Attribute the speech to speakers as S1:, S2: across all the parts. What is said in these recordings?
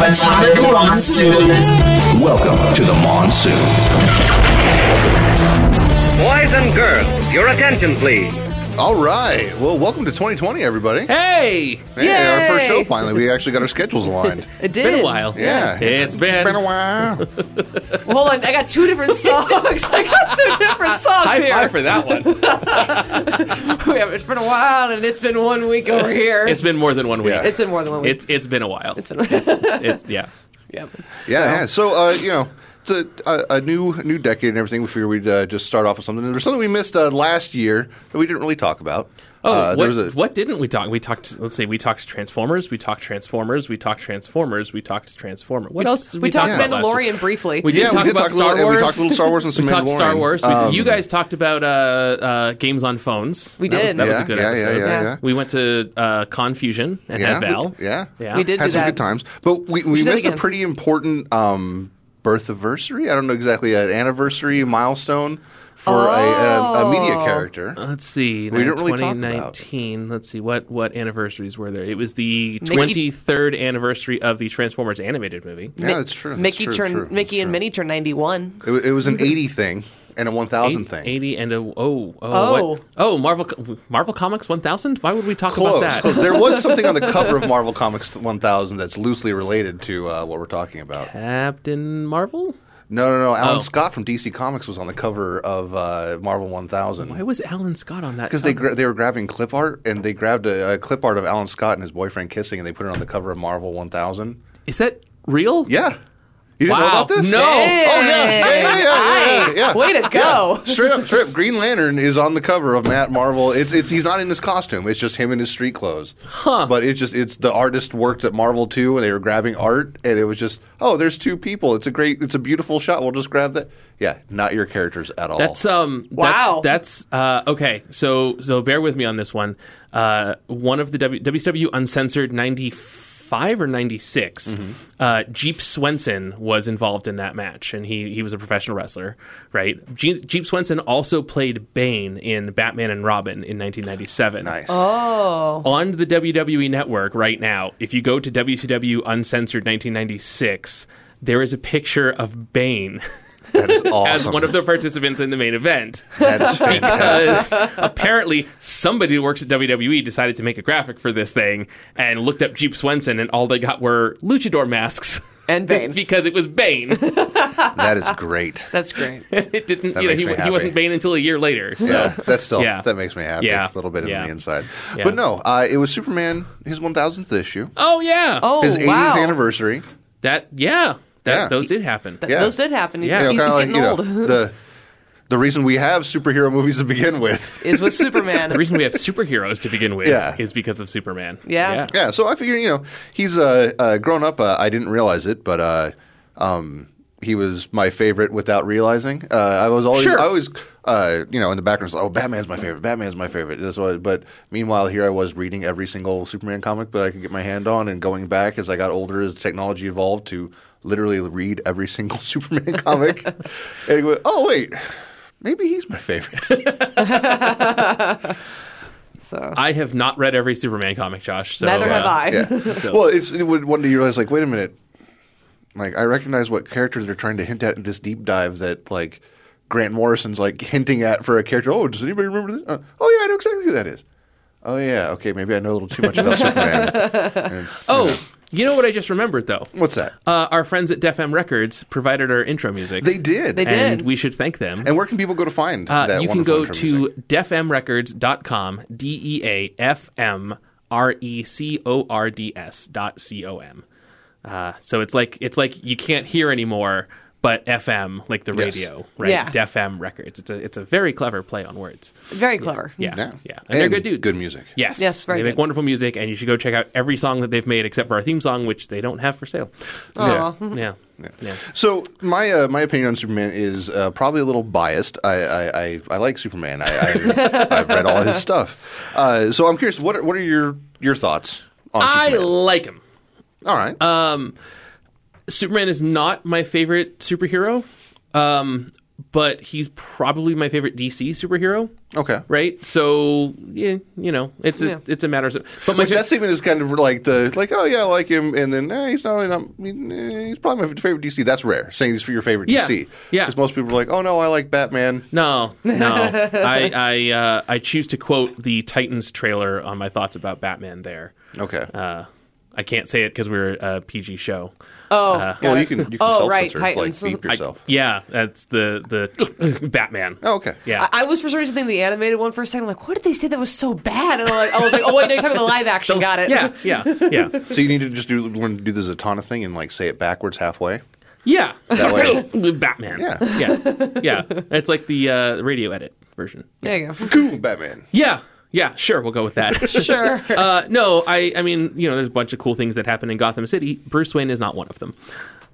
S1: Atomic Monsoon.
S2: Welcome to the monsoon.
S3: Boys and girls, your attention, please.
S4: All right. Well, welcome to 2020, everybody.
S5: Hey!
S4: Hey, our first show
S6: Yay.
S4: finally. We actually got our schedules aligned.
S6: It did.
S5: Been a while.
S4: Yeah.
S5: It's been,
S4: Been a while.
S6: Well, hold on, I got two different songs. I got two different songs
S5: High
S6: here.
S5: five for that one.
S6: We have- it's been a while, and it's been one week over here.
S5: it's been more than one week.
S4: Yeah.
S6: It's been more than one week.
S5: It's it's been a while. It's, it's yeah.
S4: Yeah, yeah. So uh, you know, it's a, a, a new new decade and everything. We figured we'd uh, just start off with something. There's something we missed uh, last year that we didn't really talk about.
S5: Oh,
S4: uh,
S5: what,
S4: there was a,
S5: what didn't we talk? We talked. Let's see. We talked Transformers. We talked Transformers. We talked Transformers. We talked Transformer. What else? Did we,
S6: we, talked
S5: talk about last year?
S6: Mandalorian briefly.
S5: We did
S4: Yeah, we
S5: talk
S4: did
S5: about
S4: talk a
S5: Star
S4: little- and we
S5: Wars.
S4: talked a little Star Wars and some
S5: we talked Star
S4: Mandalorian.
S5: Wars. We-
S4: Um,
S5: you guys talked about uh, uh, games on phones.
S6: We
S5: That was,
S6: did.
S5: that was
S4: Yeah,
S5: a good
S4: yeah, yeah,
S5: episode.
S4: yeah, yeah.
S5: We went to uh, Confusion and
S4: yeah,
S5: had Val.
S4: we- yeah,
S5: Yeah.
S6: We did
S4: Had
S6: do
S4: some
S6: that.
S4: good times, but we, we
S6: should do that
S4: missed a
S6: again.
S4: pretty important um, birth anniversary. I don't know exactly an anniversary milestone for a, a, a media
S6: Oh.
S4: character.
S5: Let's see.
S4: We didn't really talk about.
S5: 2019. Let's see what what anniversaries were there. It was the
S6: Mickey-
S5: 23rd anniversary of the Transformers animated movie.
S4: yeah, that's true. that's
S6: Mickey
S4: true,
S6: turned
S4: true,
S6: Mickey
S4: that's
S6: and
S4: true.
S6: Minnie Mm-hmm. turned ninety one.
S4: It, wa- it was an eighty thing and a one thousand
S5: Eight-
S4: thing.
S5: 80 and a oh oh oh
S6: Oh.
S5: oh Marvel Co- Marvel Comics 1000. Why would we talk about
S4: Close,
S5: that?
S4: close. There was something on the cover of Marvel Comics 1000 that's loosely related to uh, what we're talking about.
S5: Captain Marvel.
S4: No, no, no. Alan
S5: Oh.
S4: Scott from DC Comics was on the cover of uh, Marvel 1000
S5: Why was Alan Scott on that? Um,
S4: because they gra- they were grabbing clip art and they grabbed a, a clip art of Alan Scott and his boyfriend kissing and they put it on the cover of Marvel 1000.
S5: is that real?
S4: Yeah, you didn't know
S5: Wow.
S4: about this?
S5: No.
S4: Oh yeah, yeah, yeah, yeah, yeah, yeah, yeah.
S6: Way to go!
S4: Straight up, straight up. Green Lantern is on the cover of Matt Marvel. It's it's he's not in his costume. It's just him in his street clothes. Huh. But it's just it's the artist worked at Marvel too, and they were grabbing art, and it was just oh, there's two people. It's a great, it's a beautiful shot. We'll just grab that. Yeah, not your characters at all.
S5: That's um. that-
S6: Wow.
S5: that's uh. Okay. So so bear with me on this one. Uh, one of the w, WCW uncensored ninety five or ninety Uh, Jeep Swenson was involved in that match, and he he was a professional wrestler, right? Je- Jeep Swenson also played Bane in Batman and Robin in nineteen ninety seven
S4: nice.
S5: Oh. on the WWE network right now, if you go to WCW Uncensored 1996, there is a picture of Bane
S4: That is awesome.
S5: as one of the participants in the main event.
S4: that is fantastic.
S5: Because apparently somebody who works at WWE decided to make a graphic for this thing and looked up Jeep Swenson, and all they got were luchador masks
S6: And Bane.
S5: because it was Bane.
S4: that is great.
S6: That's great.
S5: it didn't,
S4: That
S5: you know,
S4: makes
S5: he,
S4: me
S5: he
S4: happy.
S5: wasn't Bane until a year later. So.
S4: Yeah, that's still
S5: Yeah.
S4: that makes me happy.
S5: Yeah.
S4: A little bit
S5: Yeah.
S4: on the inside,
S5: Yeah.
S4: but no, uh, it was Superman his 1000th issue,
S5: Oh yeah.
S6: Oh
S4: his 80th
S6: wow!
S4: anniversary.
S5: That yeah. That,
S4: Yeah.
S5: Those did happen.
S6: Th-
S4: Yeah.
S6: Those did happen.
S5: Yeah.
S6: He's,
S4: you know,
S6: he's
S4: kind
S6: getting
S4: of like
S6: old.
S4: you know the the reason we have superhero movies to begin with.
S6: Is with Superman.
S5: the reason we have superheroes to begin with
S4: Yeah.
S5: is because of Superman.
S6: Yeah.
S4: Yeah, so I figure you know he's uh, uh, grown up. Uh, I didn't realize it, but uh, um, he was my favorite without realizing. Uh, I was always
S5: Sure.
S4: I always uh, you know in the background like, oh Batman's my favorite. Batman's my favorite. That's what, but meanwhile here I was reading every single Superman comic that I could get my hand on, and going back as I got older as technology evolved to literally read every single Superman comic, and go, oh wait. Maybe he's my favorite.
S6: So
S5: I have not read every Superman comic, Josh. So
S6: Neither have
S5: uh,
S6: I.
S4: yeah. Well, it's it would one day you realize like, wait a minute, like I recognize what character they're trying to hint at in this deep dive that like Grant Morrison's like hinting at for a character. Oh, does anybody remember this? Uh, oh yeah, I know exactly who that is. Oh yeah, okay, maybe I know a little too much about Superman. It's, you know.
S5: Oh, you know what I just remembered though?
S4: what's that?
S5: Uh, our friends at Def M Records provided our intro music.
S4: they did.
S6: They did.
S5: and we should thank them.
S4: And where can people go to find
S5: Uh,
S4: that?
S5: you can
S4: wonderful
S5: go
S4: intro
S5: to
S4: music?
S5: defmrecords.com, D E A F M R E C O R D S dot C O M. Uh, so it's like it's like you can't hear anymore, but FM like the
S4: Yes.
S5: radio, right?
S6: Yeah.
S5: Def M Records. It's a it's a very clever play on words.
S6: very clever.
S5: Yeah.
S4: Yeah.
S5: Yeah. And, they're
S4: And
S5: good dudes.
S4: good music.
S5: Yes.
S6: Yes, very
S5: They make
S6: good.
S5: wonderful music, and you should go check out every song that they've made except for our theme song, which they don't have for sale.
S4: Yeah.
S6: Aw. hmm.
S5: Yeah. Yeah.
S4: So my uh, my opinion on Superman is uh, probably a little biased. I I, I, I like Superman. I, I I've read all his stuff. Uh, so I'm curious. What are, what are your your thoughts on
S5: I uh,
S4: Superman?
S5: like him.
S4: all right.
S5: Superman is not my favorite superhero, um, but he's probably my favorite DC superhero.
S4: Okay.
S5: Right, so yeah, you know, it's a
S6: Yeah.
S5: it's a matter of. But my
S4: Which that statement is kind of like the like oh yeah I like him and then eh, he's not really not I mean, eh, he's probably my favorite DC that's rare saying he's for your favorite
S5: Yeah.
S4: DC
S5: Yeah.
S4: because most people are like oh no I like Batman
S5: No, no. I I uh, I choose to quote the Titans trailer on my thoughts about Batman. There,
S4: okay
S5: uh, I can't say it because we're a PG show.
S6: Oh,
S4: well you can you can
S6: Oh,
S4: self
S6: right,
S4: censor like
S6: Titans.
S4: beep
S5: I-
S4: yourself
S5: yeah, that's the the Batman.
S4: oh okay
S5: yeah.
S6: I, I was for some reason thinking the animated one for a second. I'm like, what did they say that was so bad? And I'm like, I was like, oh wait, no, you're talking about the live action. Got it.
S5: Yeah, yeah, yeah,
S4: so you need to just do learn to do the Zatanna thing and like say it backwards halfway
S5: yeah.
S4: That way-
S5: Batman.
S4: Yeah.
S5: yeah, yeah. It's like the uh, radio edit version.
S6: There you go.
S4: cool Batman
S5: Yeah, yeah. Sure, we'll go with that.
S6: Sure.
S5: uh, no, I, I mean, you know, there's a bunch of cool things that happen in Gotham City. Bruce Wayne is not one of them.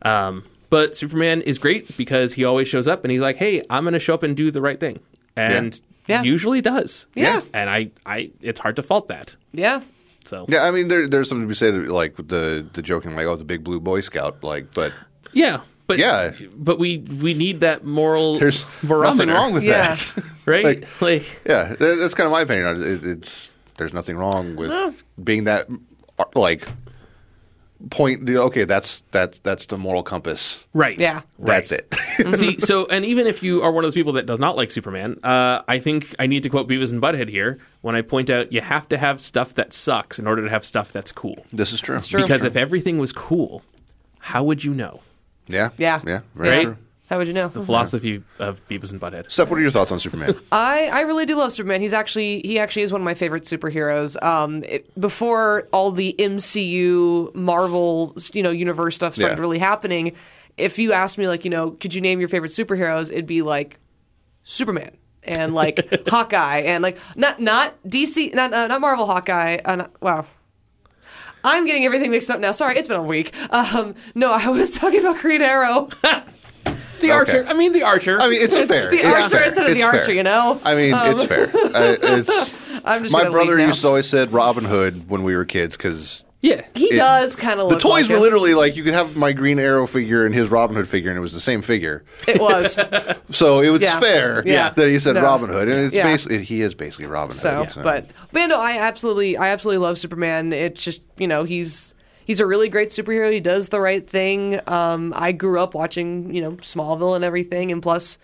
S5: Um, but Superman is great because he always shows up and he's like, hey, I'm going to show up and do the right thing. And
S6: Yeah.
S5: usually does.
S4: Yeah.
S5: And I, I, it's hard to fault that.
S6: yeah.
S5: So,
S4: yeah I mean there, there's something to be said like with the the joking like oh the big blue boy scout like but
S5: yeah. But,
S4: Yeah.
S5: but we, we need that moral
S4: there's
S5: barometer,
S4: nothing wrong with
S6: Yeah.
S4: that
S5: right?
S4: like-
S5: Like,
S4: Yeah, tha- that's kind of my opinion. on it. It- It's there's nothing wrong with being that uh, like point. you know, Okay, that's that's that's the moral compass.
S5: right.
S6: Yeah.
S4: That's it.
S5: See, so and even if you are one of those people that does not like Superman, uh, I think I need to quote Beavis and Butthead here when I point out you have to have stuff that sucks in order to have stuff that's cool.
S4: this is true.
S6: true.
S5: Because if everything was cool, how would you know?
S4: Yeah,
S6: Yeah.
S4: yeah, very
S5: Right?
S4: true.
S6: How would you know?
S5: The philosophy of Beavis and Butthead.
S4: Steph, what are your thoughts on Superman?
S6: I, I really do love Superman. He's actually he actually is one of my favorite superheroes. Um, it- before all the MCU Marvel you know universe stuff started
S4: Yeah.
S6: really happening, if you asked me like you know could you name your favorite superheroes, it'd be like Superman and like Hawkeye and like not not DC not uh, not Marvel Hawkeye. Uh, not, wow. I'm getting everything mixed up now. Sorry, it's been a week. Um, no, I was talking about Green Arrow.
S5: The Archer. I mean, the Archer.
S4: I mean, it's, fair.
S6: the
S4: it's
S6: Archer
S4: fair.
S6: instead of
S4: It's
S6: the Archer,
S4: fair.
S6: you know? Um,
S4: I mean, it's fair. I, it's
S6: I'm just
S4: my
S6: gonna leave
S4: brother
S6: now.
S4: used to always said Robin Hood when we were kids because
S5: yeah.
S6: He
S4: it-
S6: does kind of
S4: the
S6: look
S4: toys
S6: like
S4: were
S6: him.
S4: literally like you could have my Green Arrow figure and his Robin Hood figure, and it was the same figure.
S6: It was.
S4: So it was
S6: Yeah.
S4: fair
S6: Yeah.
S4: that he said
S6: No.
S4: Robin Hood, and it's
S6: Yeah.
S4: basically he is basically Robin
S6: So,
S4: Hood.
S6: but but yeah, no, I absolutely, I absolutely love Superman. It's just you know he's he's a really great superhero. He does the right thing. Um, I grew up watching you know Smallville and everything, and plus,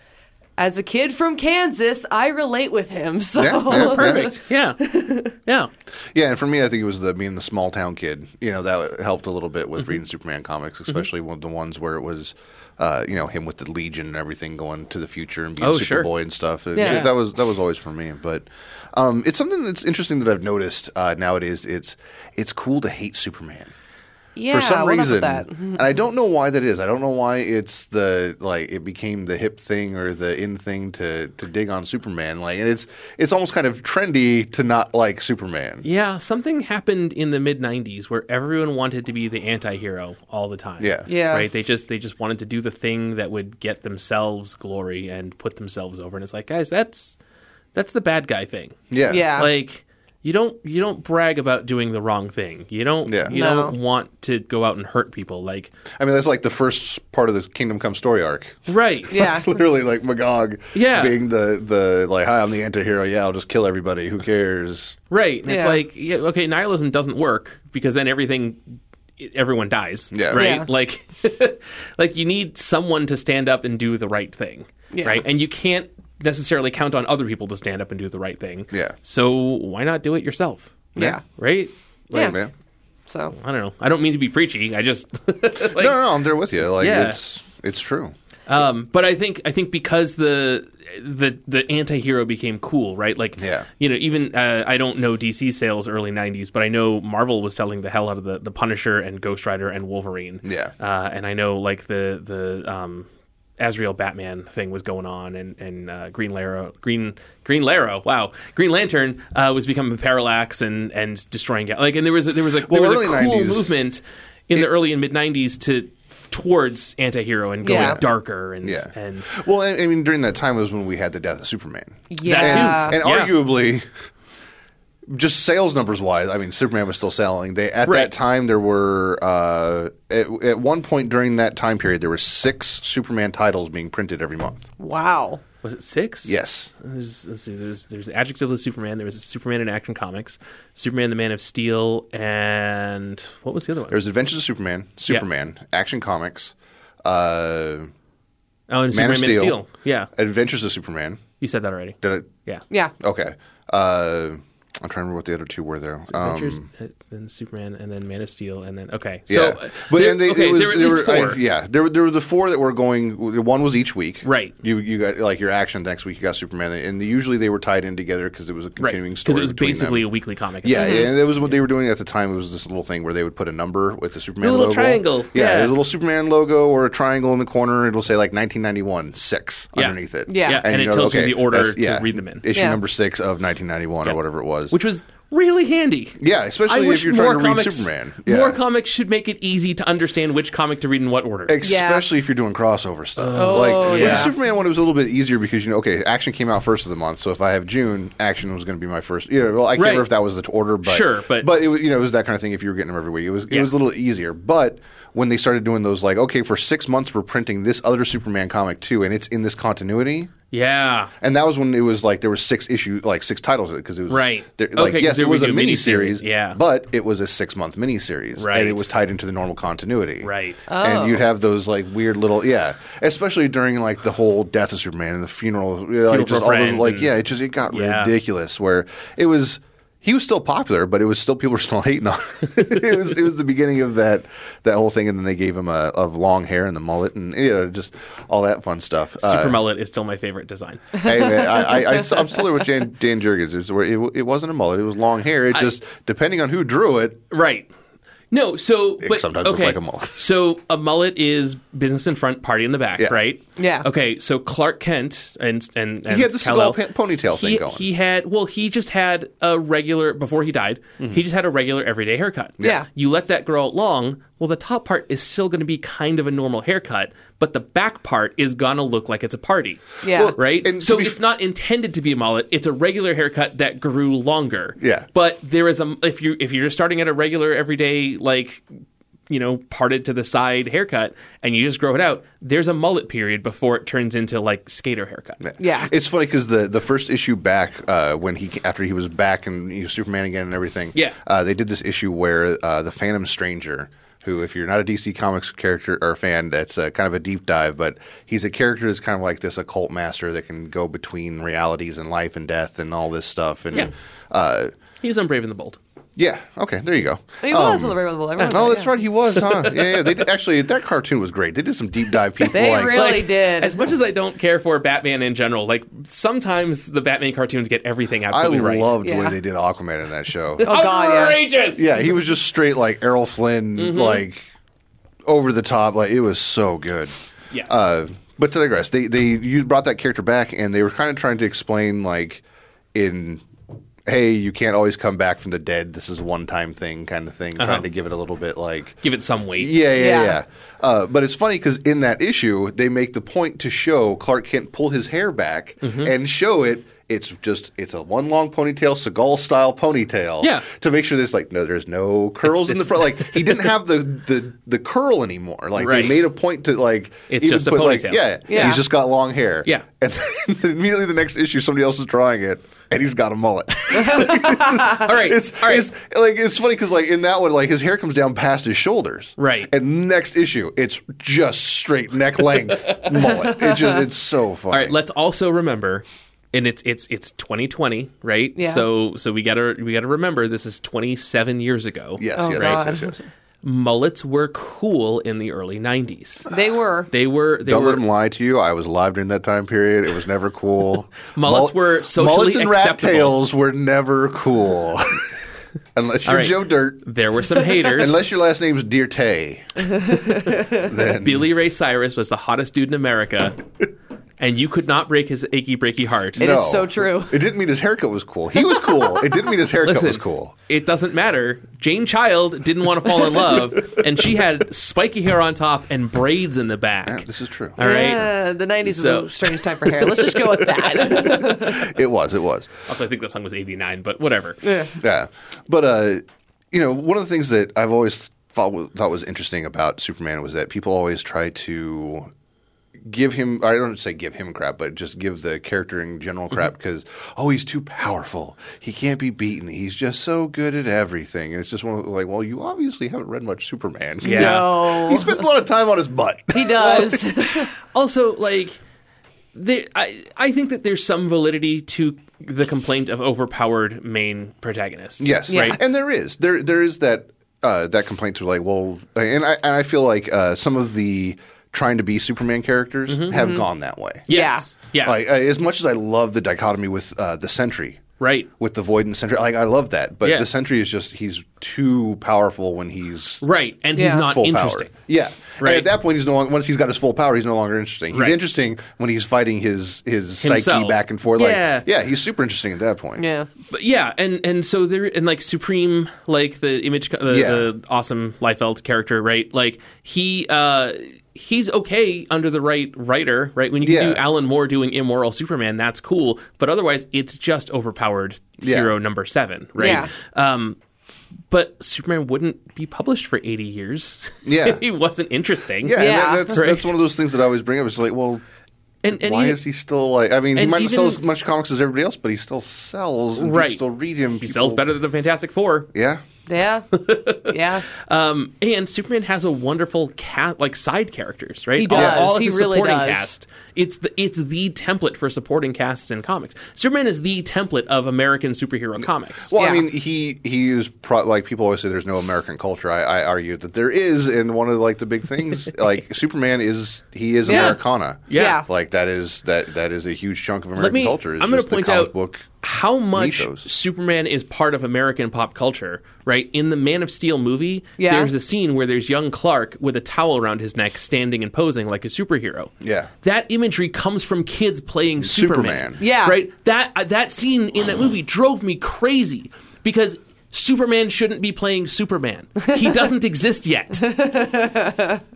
S6: as a kid from Kansas, I relate with him. So
S4: Yeah, yeah,
S5: Perfect. Yeah. Yeah.
S4: yeah, and for me, I think it was the being the small town kid. You know that helped a little bit
S6: Mm-hmm.
S4: with reading Superman comics, especially one of the ones where it was, uh, you know, him with the Legion and everything going to the future and being
S5: Oh,
S4: Superboy
S5: sure.
S4: and stuff. And
S6: Yeah.
S4: that was that was always for me. But um, it's something that's interesting that I've noticed uh, nowadays. It's it's cool to hate Superman.
S6: yeah,
S4: for some
S6: what up with
S4: reason.
S6: that?
S4: and I don't know why that is. I don't know why it's the like it became the hip thing or the in thing to to dig on Superman. Like, and it's it's almost kind of trendy to not like Superman.
S5: Yeah. Something happened in the mid '90s where everyone wanted to be the anti-hero all the time.
S4: Yeah.
S6: Yeah.
S5: Right. They just they just wanted to do the thing that would get themselves glory and put themselves over. And it's like, guys, that's that's the bad guy thing.
S4: Yeah,
S6: Yeah.
S5: like you don't you don't brag about doing the wrong thing. You don't
S4: Yeah.
S5: you
S6: No.
S5: don't want to go out and hurt people. Like
S4: I mean, that's like the first part of the Kingdom Come story arc.
S5: right.
S6: Yeah.
S4: Literally, like Magog,
S5: Yeah.
S4: being the the like, hi, I'm the antihero. Yeah, I'll just kill everybody. Who cares?
S5: Right. And it's
S6: Yeah.
S5: like yeah, okay, nihilism doesn't work because then everything everyone dies.
S4: Yeah.
S5: Right?
S6: Yeah.
S5: Like like you need someone to stand up and do the right thing.
S6: Yeah.
S5: Right? And you can't necessarily count on other people to stand up and do the right thing.
S4: Yeah.
S5: So why not do it yourself?
S6: Yeah.
S5: Right?
S6: Yeah.
S4: Man.
S6: So
S5: I don't know. I don't mean to be preachy. I just like,
S4: no, no, no, I'm there with you. Like,
S5: Yeah.
S4: it's it's true.
S5: Um, but I think I think because the the the anti-hero became cool, right? Like,
S4: Yeah.
S5: you know, even uh, I don't know DC sales early '90s, but I know Marvel was selling the hell out of the, the Punisher and Ghost Rider and Wolverine.
S4: Yeah.
S5: uh, and I know like the the um, Azrael Batman thing was going on, and and uh, Green Laro Green Green Laro, wow, Green Lantern uh, was becoming Parallax and and destroying Gal- like, and there was a, there was a
S4: Well,
S5: there was a
S4: early
S5: cool
S4: 90s
S5: movement in the early and mid '90s to towards anti-hero and going
S6: Yeah.
S5: darker and
S4: Yeah.
S5: and
S4: Well, I, I mean, during that time was when we had the death of Superman.
S6: yeah,
S5: too.
S4: And
S5: Yeah.
S4: arguably, just sales numbers wise, I mean, Superman was still selling. They at
S5: Right.
S4: that time there were uh, at, at one point during that time period there were six Superman titles being printed every month.
S6: Wow.
S5: Was it six?
S4: Yes,
S5: There's, let's see, there's there's the adjective of Superman. There was Superman in Action Comics, Superman the Man of Steel, and what was the other one?
S4: there's Adventures of Superman, Superman, Action Comics, uh,
S5: oh, and
S4: Man
S5: Superman
S4: of
S5: Man of
S4: Steel.
S5: Steel. Yeah,
S4: Adventures of Superman.
S5: you said that already.
S4: Did it?
S5: Yeah.
S6: Yeah.
S4: Okay. Uh, I'm trying to remember what the other two were there.
S5: Adventures,
S4: Um,
S5: uh, then Superman, and then Man of Steel, and then okay. So,
S4: yeah,
S5: uh,
S4: but
S5: there,
S4: and they,
S5: okay,
S4: it was,
S5: there were at
S4: there
S5: least
S4: were- I-
S5: four.
S4: yeah, there were there were the four that were going. One was each week,
S5: Right.
S4: You you got like your action next week. You got Superman, and usually they were tied in together because it was a
S5: right?
S4: continuing
S5: Because
S4: story.
S5: it was
S4: between them.
S5: basically a weekly comic.
S4: Yeah, yeah, and that was what they were doing at the time. It was this little thing where they would put a number with the Superman
S5: little
S4: logo.
S5: triangle,
S4: Yeah,
S5: yeah.
S4: there's a little Superman logo or a triangle in the corner. It'll say like 1991 six
S5: Yeah.
S4: underneath it.
S6: Yeah. Yeah,
S5: and it tells you the order
S4: that's-
S5: to read them in.
S4: Issue
S6: Yeah.
S4: number six of 1991
S5: Yeah.
S4: or whatever it was.
S5: which was really handy.
S4: yeah,
S5: I
S4: especially
S5: wish
S4: if you're trying
S5: more
S4: to read
S5: comics,
S4: Superman.
S5: More
S4: Yeah.
S5: comics should make it easy to understand which comic to read in what order.
S4: Especially if you're doing crossover stuff. like with
S5: Oh, yeah.
S4: the Superman one, it was a little bit easier because you know, okay, action came out first of the month, so if I have June, action was going to be my first. You know, well, I can't
S5: Right.
S4: remember if that was the order, but
S5: Sure, but-
S4: but it was you know it was that kind of thing. If you were getting them every week, it was it
S5: Yeah.
S4: was a little easier. But when they started doing those, like okay, for six months we're printing this other Superman comic too, and it's in this continuity.
S5: yeah.
S4: And that was when it was like there were six issue, like six titles because it was
S5: Right.
S4: There,
S5: Okay,
S4: like
S5: 'cause
S4: yes,
S5: there
S4: it was
S5: was
S4: a
S5: a
S4: mini
S5: miniseries,
S4: series,
S5: yeah.
S4: but it was a six month mini series,
S5: Right.
S4: And it was tied into the normal continuity,
S5: Right.
S6: Oh.
S4: And you'd have those like weird little, yeah, especially during like the whole death of Superman and the funeral, yeah, like just all those,
S5: befriend
S4: like
S5: and-
S4: yeah, it just it got
S5: Yeah.
S4: ridiculous where it was. He was still popular, but it was still people were still hating on. Him. it was it was the beginning of that that whole thing, and then they gave him a of long hair and the mullet and you know just all that fun stuff.
S5: Super
S4: Uh,
S5: mullet is still my favorite design.
S4: hey man, I, I, I, am still there with Jan, Dan Jurgens. It, was where- it, it wasn't a mullet; it was long hair. It's just depending on who drew it.
S5: Right. No, so but,
S4: sometimes look
S5: okay.
S4: like a mullet.
S5: So a mullet is business in front, party in the back,
S4: Yeah.
S5: right?
S6: Yeah.
S5: Okay, so Clark Kent and and, and
S4: had the
S5: Kal-El,
S4: skull pon- ponytail thing
S5: he-
S4: going.
S5: He had well, he just had a regular before he died.
S4: Mm-hmm.
S5: He just had a regular everyday haircut.
S6: Yeah.
S5: You let that grow out long. Well, the top part is still going to be kind of a normal haircut, but the back part is going to look like it's a party.
S6: Yeah. Well,
S5: right?
S4: and to
S5: so
S4: be
S5: it's not intended to be a mullet. It's a regular haircut that grew longer.
S4: Yeah.
S5: But there is a if you if you're just starting at a regular everyday like you know parted to the side haircut and you just grow it out, there's a mullet period before it turns into like skater haircut.
S6: Yeah.
S4: It's funny because the, the first issue back uh, when he after he was back and he was Superman again and everything.
S5: Yeah.
S4: uh, they did this issue where uh, the Phantom Stranger, who if you're not a DC Comics character or fan, that's uh, kind of a deep dive, but he's a character that's kind of like this occult master that can go between realities and life and death and all this stuff. And
S5: Yeah.
S4: uh,
S5: He's on Brave and the Bold.
S4: yeah, okay, there you go.
S6: He was on the Rainbow Bowl. Everyone
S4: Oh,
S6: knows,
S4: that's
S6: yeah.
S4: right. He was, huh? Yeah, yeah. They did, actually, that cartoon was great. They did some deep dive people.
S6: They
S4: like,
S6: really did.
S5: As much as I don't care for Batman in general, like sometimes the Batman cartoons get everything
S4: I
S5: absolutely right.
S4: loved the way
S6: Yeah.
S4: they did Aquaman in that show.
S6: Oh, God, yeah.
S5: Outrageous.
S4: yeah, he was just straight like Errol Flynn,
S6: Mm-hmm.
S4: like over the top. Like it was so good.
S5: Yes.
S4: Uh, but to digress, they they you brought that character back, and they were kind of trying to explain like in. Hey, you can't always come back from the dead. This is a one-time thing, kind of
S6: Uh-huh.
S4: thing. Trying to give it a little bit like
S5: Give it some weight.
S4: Yeah, yeah,
S6: Yeah.
S4: yeah. Uh, but it's funny because in that issue, they make the point to show Clark Kent pull his hair back
S5: Mm-hmm.
S4: and show it. It's just it's a one long ponytail, Seagal style ponytail.
S5: Yeah.
S4: To make sure there's like no, there's no curls in the
S5: it's-
S4: front. Like he didn't have the the, the curl anymore. Like
S5: Right.
S4: they made a point to like
S5: It's just a
S4: like,
S5: ponytail.
S4: yeah,
S6: Yeah.
S4: He's just got long hair.
S5: Yeah.
S4: And then immediately the next issue, somebody else is drawing it, and he's got a mullet.
S5: All right.
S4: It's,
S5: All right.
S4: it's like it's funny because like in that one, like his hair comes down past his shoulders,
S5: Right.
S4: And next issue, it's just straight neck length mullet. It just it's so funny.
S5: All right, let's also remember and it's it's it's 2020, right?
S6: Yeah.
S5: So so we got to we got to remember this is 27 years ago.
S4: yes,
S6: Oh,
S4: yes,
S6: God.
S4: yes, yes, yes.
S5: Mullets were cool in the early 90s.
S6: They were.
S5: They were they
S4: Don't
S5: were
S4: let him lie to you. I was alive during that time period. It was never cool.
S5: Mullets were socially
S4: mullets and
S5: acceptable.
S4: rat tails were never cool, unless you're
S5: right.
S4: Joe Dirt.
S5: there were some haters.
S4: Unless your last name's Dear Tay. then
S5: Billy Ray Cyrus was the hottest dude in America. and you could not break his achy breaky heart.
S6: It is so true.
S4: It didn't mean his haircut was cool. He was cool. it didn't mean his haircut
S5: Listen,
S4: was cool.
S5: It doesn't matter. Jane Child didn't want to fall in love, and she had spiky hair on top and braids in the back.
S4: This is true.
S5: All right.
S6: Yeah, the 90s
S5: So-
S6: was a strange time for hair. Let's just go with that.
S4: It was. It was.
S5: Also, I think that song was '89, but whatever.
S4: Yeah. But uh, you know, one of the things that I've always thought wa- thought was interesting about Superman was that people always try to give him I don't say give him crap, but just give the character in general crap because oh, he's too powerful. He can't be beaten. He's just so good at everything. And it's just one of the- like, well, you obviously haven't read much Superman.
S5: Yeah.
S6: No.
S4: He spends a lot of time on his butt.
S6: he does.
S5: Also, like, there, I I think that there's some validity to the complaint of overpowered main protagonists.
S4: Yes,
S6: Yeah.
S5: Right.
S4: And there is there there is that uh, that complaint to like, well, and I and I feel like uh, some of the trying to be Superman characters have gone that way.
S5: Yes. Mm-hmm. Yeah.
S4: Like uh, as much as I love the dichotomy with uh, the Sentry,
S5: Right.
S4: With the Void and Sentry, like I love that, but
S5: Yeah.
S4: the Sentry is just he's too powerful when he's
S5: Right. And he's
S6: Yeah.
S5: not
S4: full
S5: interesting.
S4: power. Yeah,
S5: Right.
S4: And at that point, he's no longer once he's got his full power, he's no longer interesting. He's
S5: Right.
S4: interesting when he's fighting his his
S5: Himself.
S4: psyche back and forth. Like,
S5: Yeah.
S4: yeah, he's super interesting at that point.
S6: yeah.
S5: But yeah, and and so there and like Supreme, like the image, co- the,
S4: Yeah.
S5: the awesome Liefeld character, right? Like he. uh He's okay under the right writer, right? When you can
S4: Yeah.
S5: do Alan Moore doing immoral Superman, that's cool. But otherwise, it's just overpowered
S4: Yeah.
S5: hero number seven, right?
S6: Yeah.
S5: Um, but Superman wouldn't be published for eighty years.
S4: Yeah.
S5: if he wasn't interesting.
S4: Yeah, and
S6: Yeah.
S4: that- that's
S5: Right.
S4: that's one of those things that I always bring up. It's like, well,
S5: and, and
S4: why
S5: he-
S4: is he still like? I mean, he
S5: and
S4: might not sell
S5: even-
S4: as much comics as everybody else, but he still sells. And
S5: Right.
S4: people still read him.
S5: he sells better than the Fantastic Four?
S4: Yeah,
S6: Yeah. Yeah.
S5: Um, and Superman has a wonderful cat like side characters, right?
S6: He
S5: All-
S6: does.
S5: All, of
S6: He
S5: his
S6: really
S5: supporting
S6: does.
S5: cast. It's the it's the template for supporting casts in comics. Superman is the template of American superhero comics.
S4: Well, I
S6: Yeah.
S4: mean, he he is pro- like people always say. There's no American culture. I, I argue that there is, and one of like the big things, like Superman is he is
S6: Yeah.
S4: Americana.
S5: Yeah.
S4: like that is that that is a huge chunk of American
S5: Let me.
S4: culture. is
S5: I'm going
S4: just the
S5: to point
S4: comic
S5: out
S4: book.
S5: how much
S4: mythos.
S5: Superman is part of American pop culture. Right in the Man of Steel movie,
S6: Yeah.
S5: there's a scene where there's young Clark with a towel around his neck, standing and posing like a superhero.
S4: Yeah.
S5: that imagery comes from kids playing
S4: Superman.
S5: Superman.
S6: Yeah.
S5: right. that uh, that scene in that movie drove me crazy because Superman shouldn't be playing Superman. He doesn't exist yet.
S4: Yep.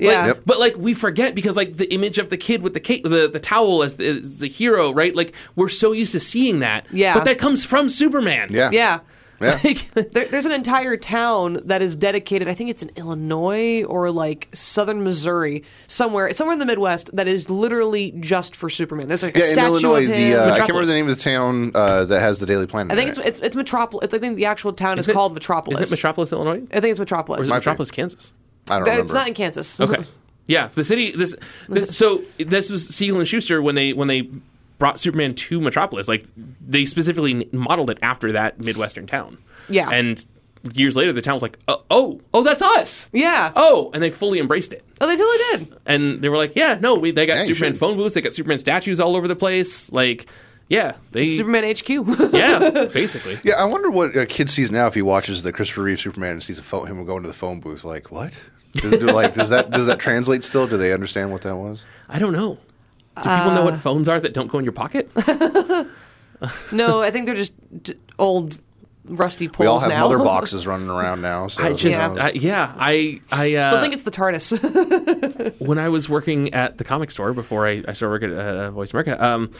S6: Yeah.
S4: Yep.
S5: But like we forget because like the image of the kid with the cape, the, the towel as the, as the hero, right? Like we're so used to seeing that.
S6: Yeah.
S5: But that comes from Superman.
S4: Yeah.
S6: Yeah.
S4: Yeah.
S5: Like,
S6: There, there's an entire town that is dedicated. I think it's in Illinois or like southern Missouri, somewhere, somewhere in the Midwest, that is literally just for Superman. There's like a
S4: Yeah, in
S6: statue
S4: Illinois,
S6: of him.
S4: the uh, I can't remember
S5: Metropolis.
S4: the name of the town uh, that has the Daily Planet.
S6: I think
S4: in
S6: it's
S4: it.
S6: it's, it's Metropolis. I think the actual town is,
S5: it-
S6: called Metropolis.
S5: is it Metropolis, Illinois?
S6: I think it's Metropolis.
S5: Or is it Metropolis, Kansas?
S4: I don't
S6: That-
S4: remember.
S6: it's not in Kansas.
S5: Okay. Yeah, the city. This, this. So this was Siegel and Schuster when they when they brought Superman to Metropolis. Like they specifically modeled it after that midwestern town.
S6: Yeah.
S5: And years later, the town was like, oh, oh, oh that's us.
S6: Yeah.
S5: Oh, and they fully embraced it.
S6: Oh, they totally did.
S5: and they were like, "Yeah, no, we they got
S4: Yeah, you
S5: Superman
S4: should.
S5: phone booths, they got Superman statues all over the place, like, yeah, they,
S6: Superman HQ.
S5: yeah, basically,
S4: yeah, I wonder what a kid sees now if he watches the Christopher Reeve Superman and sees a phone, him go into the phone booth. Like, what? Does, do, like, does that does that translate still? Do they understand what that was?
S5: I don't know. Do people
S6: Uh.
S5: know what phones are that don't go in your pocket?
S6: no, I think they're just d- old, rusty poles
S4: We all have
S6: now.
S4: mother boxes running around now. So
S5: I
S4: who
S5: just,
S4: knows?
S5: I, yeah, I, I, uh,
S6: I think it's the TARDIS.
S5: when I was working at the comic store before I, I started working at uh, Voice America, um,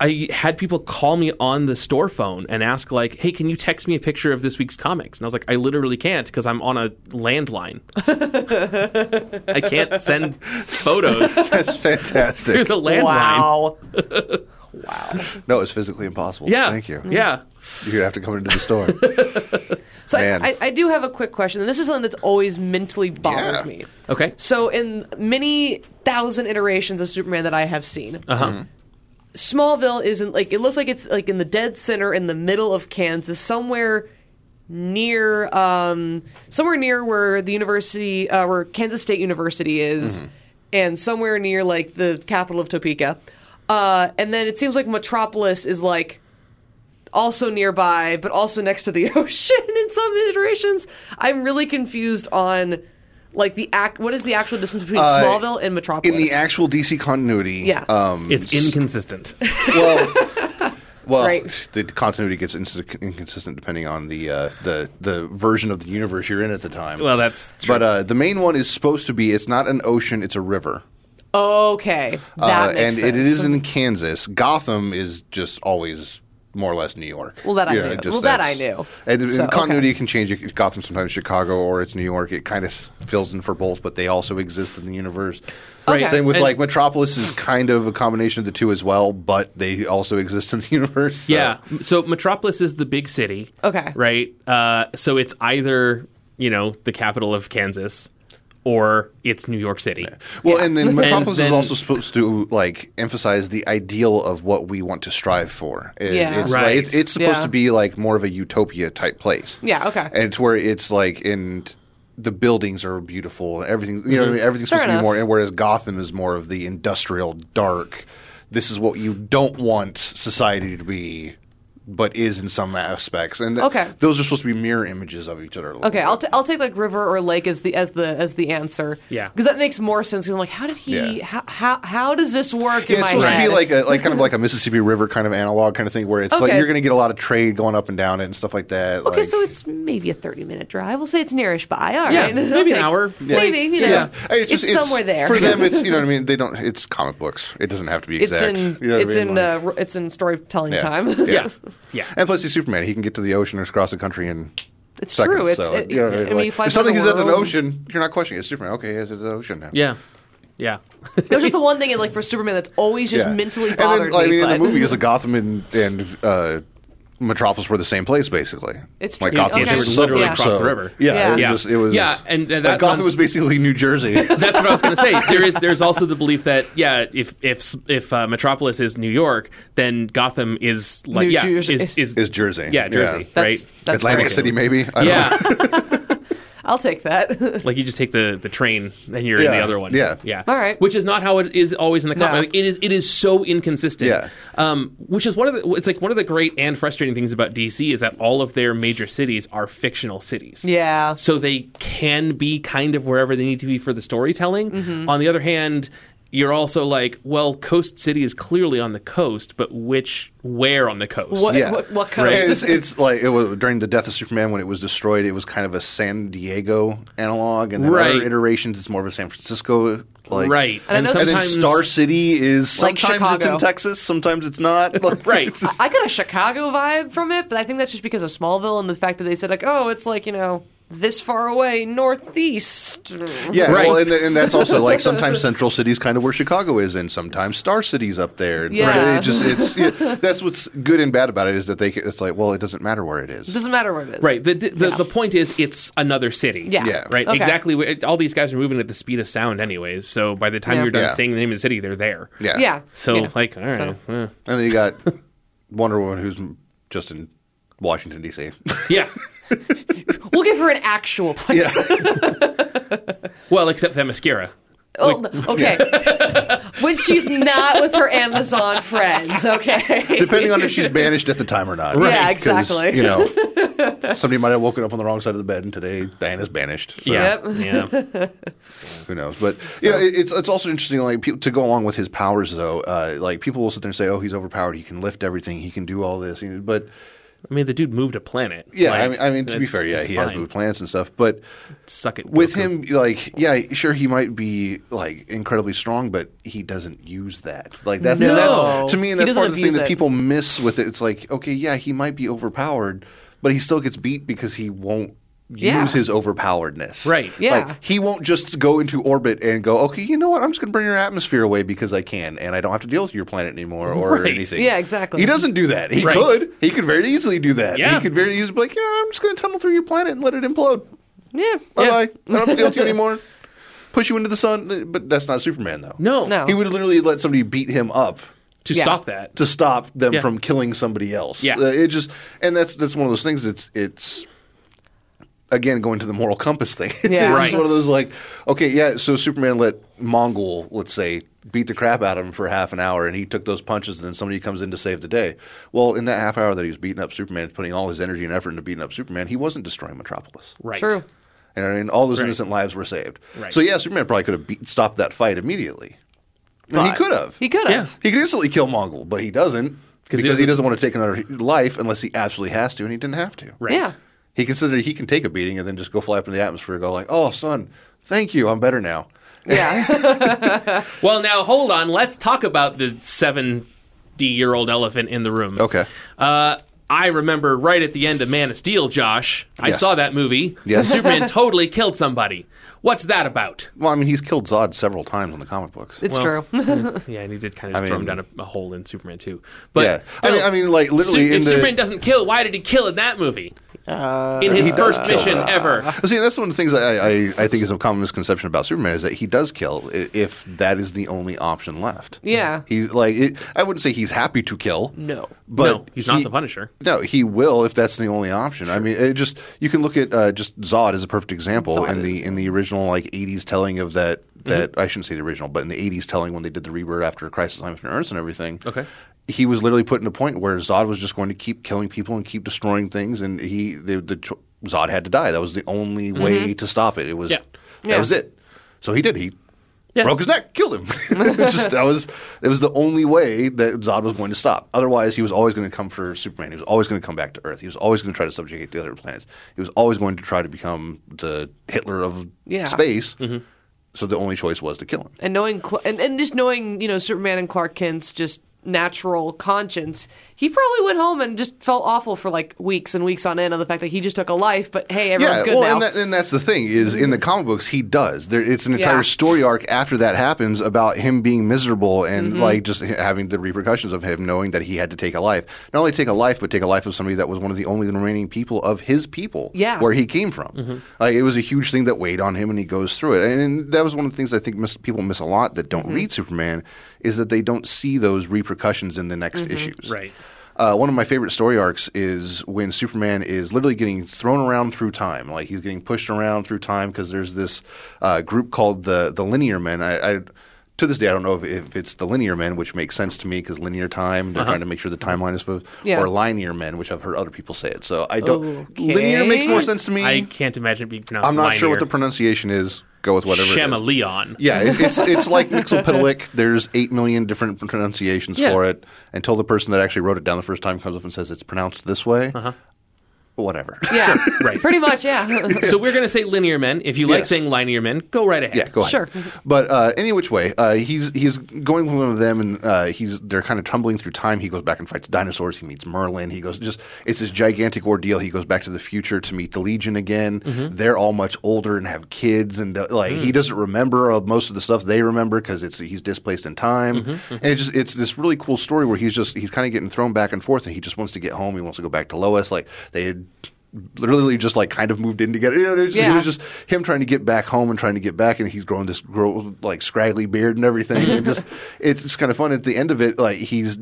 S5: I had people call me on the store phone and ask, like, hey, can you text me a picture of this week's comics? And I was like, I literally can't because I'm on a landline. I can't send photos
S4: That's
S5: through
S4: fantastic.
S5: the landline.
S6: wow.
S4: No, it's physically impossible.
S5: Yeah.
S4: Thank you.
S5: Yeah.
S4: You have to come into the store.
S6: So I,
S4: Man.
S6: I, I do have a quick question, and this is something that's always mentally bothered
S4: Yeah.
S6: me.
S5: Okay.
S6: So in many thousand iterations of Superman that I have seen,
S4: Hmm.
S6: Smallville isn't like it looks like it's like in the dead center in the middle of Kansas, somewhere near um somewhere near where the university uh, where Kansas State University is
S4: Mm-hmm.
S6: and somewhere near like the capital of Topeka. Uh, and then it seems like Metropolis is like also nearby, but also next to the ocean in some iterations. I'm really confused on Like the act. What is the actual distance between
S4: Uh,
S6: Smallville and Metropolis?
S4: in the actual DC continuity,
S6: Yeah.
S4: um,
S5: It's inconsistent.
S4: well, well,
S6: Right.
S4: the continuity gets ins- inconsistent depending on the uh, the the version of the universe you're in at the time.
S5: Well, that's true.
S4: but uh, the main one is supposed to be. It's not an ocean; it's a river,
S6: Okay, that
S4: uh,
S6: makes
S4: and
S6: sense.
S4: it is in Kansas. Gotham is just always. More or less New York.
S6: Well, that I
S4: You know,
S6: knew.
S4: just
S6: Well, that
S4: that's-
S6: I knew.
S4: And, and
S6: So, okay.
S4: continuity can change. It- Gotham sometimes Chicago or it's New York. It kind of fills in for both, but they also exist in the universe.
S6: Right.
S4: Same with
S5: And-
S4: like Metropolis is kind of a combination of the two as well, but they also exist in the universe. so-
S5: Yeah. So Metropolis is the big city.
S6: Okay.
S5: Right. Uh, so it's either you know the capital of Kansas, or it's New York City.
S4: Well, and then Metropolis
S5: then-
S4: is also supposed to like emphasize the ideal of what we want to strive for. It-
S6: Yeah.
S4: it's like-
S5: Right.
S4: it's, it's supposed
S6: Yeah.
S4: to be like more of a utopia type place.
S6: Yeah, okay.
S4: And it's where it's like in the buildings are beautiful. Everything you know, what I mean? everything's
S6: Mm-hmm.
S4: supposed
S6: Fair
S4: to
S6: enough.
S4: be more. And whereas Gotham is more of the industrial dark. This is what you don't want society to be. But is in some aspects, and th-
S6: Okay.
S4: those are supposed to be mirror images of each other. a little
S6: Okay, I'll,
S4: bit.
S6: t- I'll take like river or lake as the as the as the answer.
S5: Yeah.
S6: because that makes more sense. Because I'm like, how did he?
S4: Yeah.
S6: How, how how does this work
S4: Yeah, it's
S6: in my
S4: supposed
S6: head?
S4: to be like a like kind of like a Mississippi River kind of analog kind of thing where it's like
S6: Okay.
S4: you're going to get a lot of trade going up and down it and stuff like that.
S6: okay,
S4: like-
S6: so it's maybe a 30 minute drive. We'll say it's nearish by. All right,
S5: Yeah,
S6: I'll
S5: maybe an
S6: take-
S5: hour. Yeah.
S6: Maybe you know,
S4: yeah, Hey,
S6: it's,
S4: just-
S6: somewhere there.
S4: for them. It's you know what I mean. They don't. It's comic books. It doesn't have to be
S6: it's
S4: exact.
S6: in
S4: You know what I
S6: it's
S4: mean?
S6: in
S4: Like,
S6: uh, r- it's in storytelling
S4: yeah.
S6: time.
S4: Yeah.
S5: Yeah.
S4: and plus he's Superman. He can get to the ocean or across the country and.
S6: It's true. It's- it-
S4: you know what
S6: I mean, he flies
S4: if something
S6: around
S4: is
S6: the
S4: at the
S6: world.
S4: ocean, you're not questioning it. It's Superman. Okay, it's at the ocean now.
S5: Yeah. Yeah.
S6: There's just the one thing like for Superman that's always just
S4: Yeah.
S6: mentally
S4: And then,
S6: bothered
S4: like, I mean,
S6: me.
S4: in the
S6: but-
S4: movie, is Gotham and and uh, Metropolis were the same place basically.
S6: It's
S4: Like
S6: true.
S4: Gotham
S6: Yeah,
S4: was
S6: they
S4: just
S6: were
S4: a suburb,
S6: literally across
S4: so-
S5: the river.
S4: Yeah,
S6: Yeah.
S4: It, was
S5: Yeah.
S4: just, it was.
S5: Yeah, and uh, that
S4: like, Gotham
S5: runs-
S4: was basically New Jersey.
S5: That's what I was going to say. There is there's also the belief that yeah, if if if uh, Metropolis is New York, then Gotham is like
S6: New
S5: yeah,
S6: Jersey.
S5: is, is
S4: Is Jersey.
S5: Yeah,
S4: Yeah.
S5: Jersey,
S6: That's-
S5: right?
S6: that's
S4: Atlantic
S6: perfect.
S4: City, maybe. I
S5: yeah.
S6: I'll take that.
S5: Like you just take the, the train and you're in
S4: Yeah,
S5: the other one.
S4: yeah.
S5: yeah.
S6: All right.
S5: Which is not how it is always in the comic.
S6: No.
S5: Like, it is it is so inconsistent.
S4: Yeah.
S5: Um, which is one of the it's like one of the great and frustrating things about DC is that all of their major cities are fictional cities.
S6: yeah.
S5: So they can be kind of wherever they need to be for the storytelling.
S6: Mm-hmm.
S5: On the other hand, you're also like, well, Coast City is clearly on the coast, but which where on the coast?
S6: What,
S4: Yeah.
S6: what, what
S4: don't know.
S6: coast?
S4: And It's, it's like it was during the death of Superman when it was destroyed. It was kind of a San Diego analog, and then
S5: Right.
S4: other iterations, it's more of a San Francisco. Like,
S5: right.
S6: And I know
S4: And then
S5: sometimes
S4: Star City is
S6: Like
S4: sometimes it's
S6: Chicago.
S4: in Texas, sometimes it's not. Like,
S5: Right.
S6: I got a Chicago vibe from it, but I think that's just because of Smallville and the fact that they said like, oh, it's like you know this far away northeast.
S4: Yeah,
S5: Right.
S4: well, and, and that's also like sometimes Central City's kind of where Chicago is, and sometimes Star City's up there. And so
S6: Yeah.
S4: it just it's yeah, that's what's good and bad about it is that they can- it's like well, it doesn't matter where it is.
S6: Doesn't matter where it is.
S5: Right. The the, the, the point is, it's another city.
S6: Yeah.
S4: Yeah.
S5: Right.
S6: Okay.
S5: Exactly. where- All these guys are moving at the speed of sound, anyways. So by the time
S6: Yeah.
S5: you're done
S4: Yeah.
S5: saying the name of the city, they're there.
S4: Yeah,
S6: Yeah.
S5: So
S6: You know.
S5: like, all right.
S6: So-
S5: eh.
S4: And then you got Wonder Woman, who's just in Washington D.C.
S5: Yeah.
S6: We'll give her an actual place.
S5: well, except that mascara.
S6: Oh, no, okay. when she's not with her Amazon friends, okay.
S4: Depending on if she's banished at the time or not.
S6: Yeah,
S4: 'Cause,
S6: exactly.
S4: You know, somebody might have woken up on the wrong side of the bed, and today Diana's banished. So.
S5: Yeah. Yeah.
S4: who knows? But yeah, it, it's it's also interesting. Like pe- to go along with his powers, though, uh, like people will sit there and say, "Oh, he's overpowered. He can lift everything. He can do all this." You know, but
S5: I mean, the dude moved a planet.
S4: yeah,
S5: Like,
S4: I mean, I mean, to be
S5: it's-
S4: fair, yeah,
S5: it's
S4: he has
S5: fine.
S4: moved planets and stuff. But
S5: Suck it.
S4: with
S5: Goku.
S4: him, like, yeah, sure, he might be like incredibly strong, but he doesn't use that. Like that's,
S5: No.
S4: that's to me, and
S6: He
S4: that's part of the
S6: doesn't
S4: thing
S6: abuse
S4: that
S6: it.
S4: people miss with it. It's like, okay, yeah, he might be overpowered, but he still gets beat because he won't.
S6: Yeah.
S4: Use his overpoweredness.
S5: Right.
S4: Like,
S6: Yeah.
S4: he won't just go into orbit and go, okay, you know what? I'm just going to bring your atmosphere away because I can and I don't have to deal with your planet anymore or
S5: Right.
S4: anything.
S6: Yeah, exactly.
S4: He doesn't do that. He
S5: Right.
S4: could. He could very easily do that.
S5: Yeah.
S4: He could very easily be like, you know, I'm just going to tunnel through your planet and let it implode.
S6: yeah.
S4: Bye bye. I don't have to deal with you anymore. Push you into the sun. But that's not Superman, though.
S5: No.
S6: No.
S4: He would literally let somebody beat him up
S5: To
S6: Yeah.
S5: stop that.
S4: to stop them
S5: Yeah.
S4: from killing somebody else.
S5: Yeah.
S4: Uh, it just, and that's that's one of those things. It's it's again going to the moral compass thing. It's,
S6: Yeah.
S4: it's
S5: Right.
S4: one of those like, okay, yeah. So Superman let Mongol, let's say, beat the crap out of him for half an hour, and he took those punches, and then somebody comes in to save the day. Well, in that half hour that he was beating up Superman, putting all his energy and effort into beating up Superman, he wasn't destroying Metropolis.
S5: Right.
S6: True.
S4: And I mean, all those
S5: Right.
S4: innocent lives were saved.
S5: Right.
S4: So yeah, Superman probably could have beat, stopped that fight immediately. I mean, he
S5: But-
S4: could have.
S6: He could
S5: Yeah.
S6: have.
S4: He could instantly kill Mongol, but he doesn't because
S5: he
S4: he doesn't,
S5: doesn't-
S4: want to take another life unless he absolutely has to, and he didn't have to.
S5: Right.
S6: Yeah.
S4: He considered he can take a beating and then just go fly up in the atmosphere and go like, "Oh, son, thank you, I'm better now."
S6: Yeah.
S5: Well, now hold on. Let's talk about the 70 year old elephant in the room.
S4: Okay.
S5: Uh, I remember right at the end of Man of Steel, Josh. I
S4: Yes.
S5: saw that movie.
S4: Yes.
S5: Superman totally killed somebody. What's that about?
S4: Well, I mean, he's killed Zod several times in the comic books.
S6: it's
S5: Well,
S6: true.
S5: Yeah, and he did kind of just
S4: mean-
S5: throw him down a, a hole in Superman too. But
S4: yeah,
S5: still,
S4: I mean, I mean, like
S5: Su-
S4: literally in
S5: if
S4: the.
S5: Superman doesn't kill, why did he kill in that movie? in his first mission ever.
S4: See, that's one of the things that I, I, I think is a common misconception about Superman is that he does kill i- if that is the only option left.
S6: Yeah.
S4: he's like it, I wouldn't say he's happy to kill.
S6: No.
S4: but
S5: no, he's not
S4: he-
S5: the Punisher.
S4: No, he will if that's the only option. I mean, it just you can look at uh, just Zod as a perfect example
S6: Zod
S4: in the in the original like '80s telling of that that I shouldn't say the original, but in the '80s telling when they did the rebirth after Crisis on Infinite Earths and everything.
S5: Okay.
S4: he was literally put in a point where Zod was just going to keep killing people and keep destroying things, and he the, the cho- Zod had to die. That was the only way to stop it. It was
S5: Yeah.
S4: that
S6: Yeah.
S4: was it. So he did. He
S5: Yeah.
S4: broke his neck, killed him. It's just, that was it was the only way that Zod was going to stop. Otherwise, he was always going to come for Superman. He was always going to come back to Earth. He was always going to try to subjugate the other planets. He was always going to try to become the Hitler of
S6: Yeah.
S4: space. So the only choice was to kill him.
S6: and knowing Cl- and, and just knowing you know Superman and Clark Kent's just natural conscience, he probably went home and just felt awful for like weeks and weeks on end on the fact that he just took a life. But hey, everyone's good now.
S4: And, that, and that's the thing is in the comic books he does. There, it's an entire
S6: Yeah.
S4: story arc after that happens about him being miserable and
S6: Mm-hmm.
S4: like just h- having the repercussions of him knowing that he had to take a life. Not only take a life, but take a life of somebody that was one of the only remaining people of his people,
S6: Yeah.
S4: where he came from. Like it was a huge thing that weighed on him, and he goes through it. And, and that was one of the things I think miss, people miss a lot that don't read Superman is that they don't see those repercussions in the next issues.
S5: Right.
S4: Uh, one of my favorite story arcs is when Superman is literally getting thrown around through time. Like he's getting pushed around through time because there's this uh, group called the the Linear Men. I, I to this day I don't know if, if it's the Linear Men, which makes sense to me because linear time. They're trying to make sure the timeline is fo-
S6: Yeah.
S4: or Linear Men, which I've heard other people say it. So I don't. Linear makes more sense to me.
S5: I can't imagine it being pronounced.
S4: I'm not sure what the
S5: linear.
S4: pronunciation is. Go with whatever. it is.
S5: Leon.
S4: Yeah, it, it's it's like Mixopedalic. There's eight million different pronunciations
S5: Yeah.
S4: for it until the person that actually wrote it down the first time comes up and says it's pronounced this way.
S5: Uh-huh.
S4: Whatever.
S6: yeah,
S5: Right.
S6: Pretty much, yeah.
S5: So we're going to say linear men. If you like
S4: Yes.
S5: saying linear men, go right ahead.
S4: Yeah, go ahead.
S6: Sure.
S4: But uh, any which way, uh, he's he's going with one of them, and uh, he's they're kind of tumbling through time. He goes back and fights dinosaurs. He meets Merlin. He goes just it's this gigantic ordeal. He goes back to the future to meet the Legion again.
S6: Mm-hmm.
S4: They're all much older and have kids, and uh, like
S6: Mm.
S4: he doesn't remember uh, most of the stuff they remember because it's he's displaced in time.
S6: Mm-hmm,
S4: And it's just it's this really cool story where he's just he's kind of getting thrown back and forth, and he just wants to get home. He wants to go back to Lois. Like they. had Literally, just like kind of moved in together. You know, it's- it
S6: Yeah.
S4: was just him trying to get back home and trying to get back, and he's growing this grow, like scraggly beard and everything, and just it's just kind of fun. At the end of it, like he's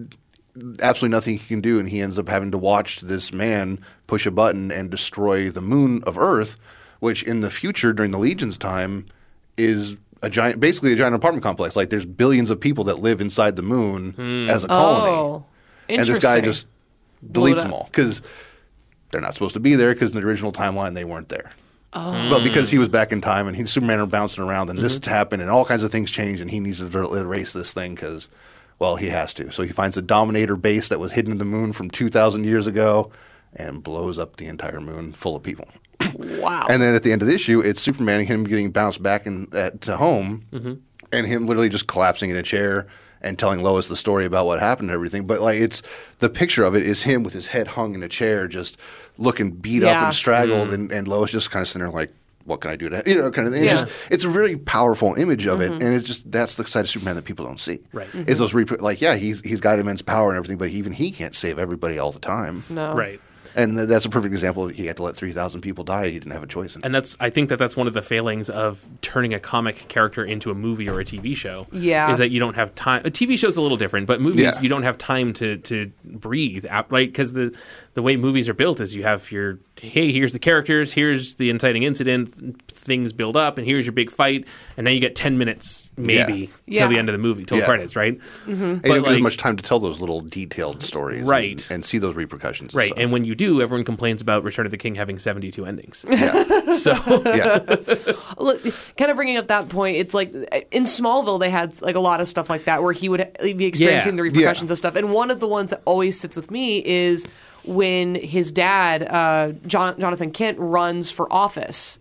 S4: absolutely nothing he can do, and he ends up having to watch this man push a button and destroy the moon of Earth, which in the future during the Legion's time is. A giant, basically a giant apartment complex. Like there's billions of people that live inside the moon as a colony,
S6: Oh,
S4: and this guy just
S6: interesting. it
S4: deletes
S6: up.
S4: them all because they're not supposed to be there because in the original timeline they weren't there.
S6: Oh.
S4: But because he was back in time and he Superman are bouncing around and this
S6: Mm-hmm.
S4: happened and all kinds of things change and he needs to er- erase this thing because, well, he has to. So he finds a Dominator base that was hidden in the moon from 2,000 years ago and blows up the entire moon full of people.
S6: wow.
S4: And then at the end of the issue, it's Superman and him getting bounced back in, at, to home
S6: Mm-hmm.
S4: and him literally just collapsing in a chair and telling Lois the story about what happened and everything. But like it's the picture of it is him with his head hung in a chair, just looking beat up
S6: Yeah.
S4: and straggled.
S6: Mm-hmm.
S4: And, and Lois just kind of sitting there like, what can I do to, you know, kind of thing.
S6: Yeah. Mm-hmm.
S4: It's, just, it's a really powerful image of it. And it's just, that's the side of Superman that people don't see.
S5: Right.
S4: Is those, rep- like, yeah, he's, he's got immense power and everything, but even he can't save everybody all the time.
S6: no.
S5: Right.
S4: And th- that's a perfect example. of He had to let 3,000 people die. He didn't have a choice. In it.
S5: And that's I think that that's one of the failings of turning a comic character into a movie or a TV show.
S6: Yeah.
S5: Is that you don't have time. A TV show's a little different, but movies
S4: Yeah.
S5: you don't have time to to breathe out right cuz the the way movies are built is you have your hey, here's the characters, here's the inciting incident, things build up and here's your big fight and now you get 10 minutes maybe
S6: Yeah.
S5: till the end of the movie, till
S4: Yeah.
S5: credits, right? Mm-hmm.
S4: And you don't
S5: But,
S4: get as
S5: like-
S4: much time to tell those little detailed stories, and-
S5: Right.
S4: And, see those repercussions, and
S5: Right.
S4: stuff.
S5: And when you do, everyone complains about Return of the King having 72 endings.
S4: Yeah.
S5: So
S4: yeah.
S6: Look, kind of bringing up that point, it's like in Smallville they had like a lot of stuff like that where he would be experiencing
S5: Yeah.
S6: the repercussions of stuff. And one of the ones that always sits with me is when his dad, uh, John, Jonathan Kent, runs for office,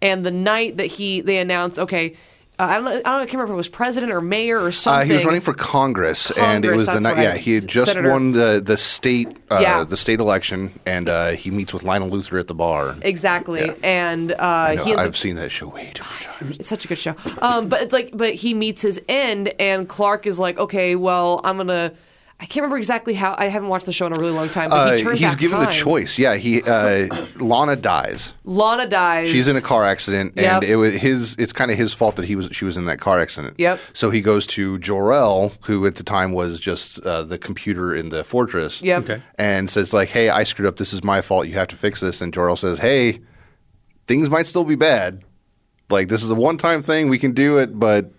S6: and the night that he they announce, okay. Uh, I don't. know- I don't. I can't remember if it was president or mayor or something.
S4: Uh, he was running for Congress, and it
S6: Congress,
S4: was the
S6: that's
S4: night.
S6: right.
S4: Yeah, he had just
S6: Senator.
S4: won the the state uh,
S6: Yeah.
S4: the state election, and uh, he meets with Lionel Luther at the bar.
S6: exactly,
S4: Yeah.
S6: and uh,
S4: No,
S6: he ends
S4: I've
S6: up
S4: seen that show way too many times.
S6: It's such a good show. Um, but it's like, but he meets his end, and Clark is like, okay, well, I'm gonna. I can't remember exactly how. I haven't watched the show in a really long time. But
S4: Uh,
S6: he turned
S4: he's
S6: back
S4: given the
S6: time.
S4: choice. Yeah, he uh, Lana dies.
S6: Lana dies.
S4: She's in a car accident,
S6: Yep.
S4: and it was his. It's kind of his fault that he was. She was in that car accident.
S6: Yep.
S4: So he goes to Jorel, who at the time was just uh, the computer in the fortress.
S6: Yep. Okay.
S4: And says like, "Hey, I screwed up. This is my fault. You have to fix this." And Jorel says, "Hey, things might still be bad. Like this is a one-time thing. We can do it, but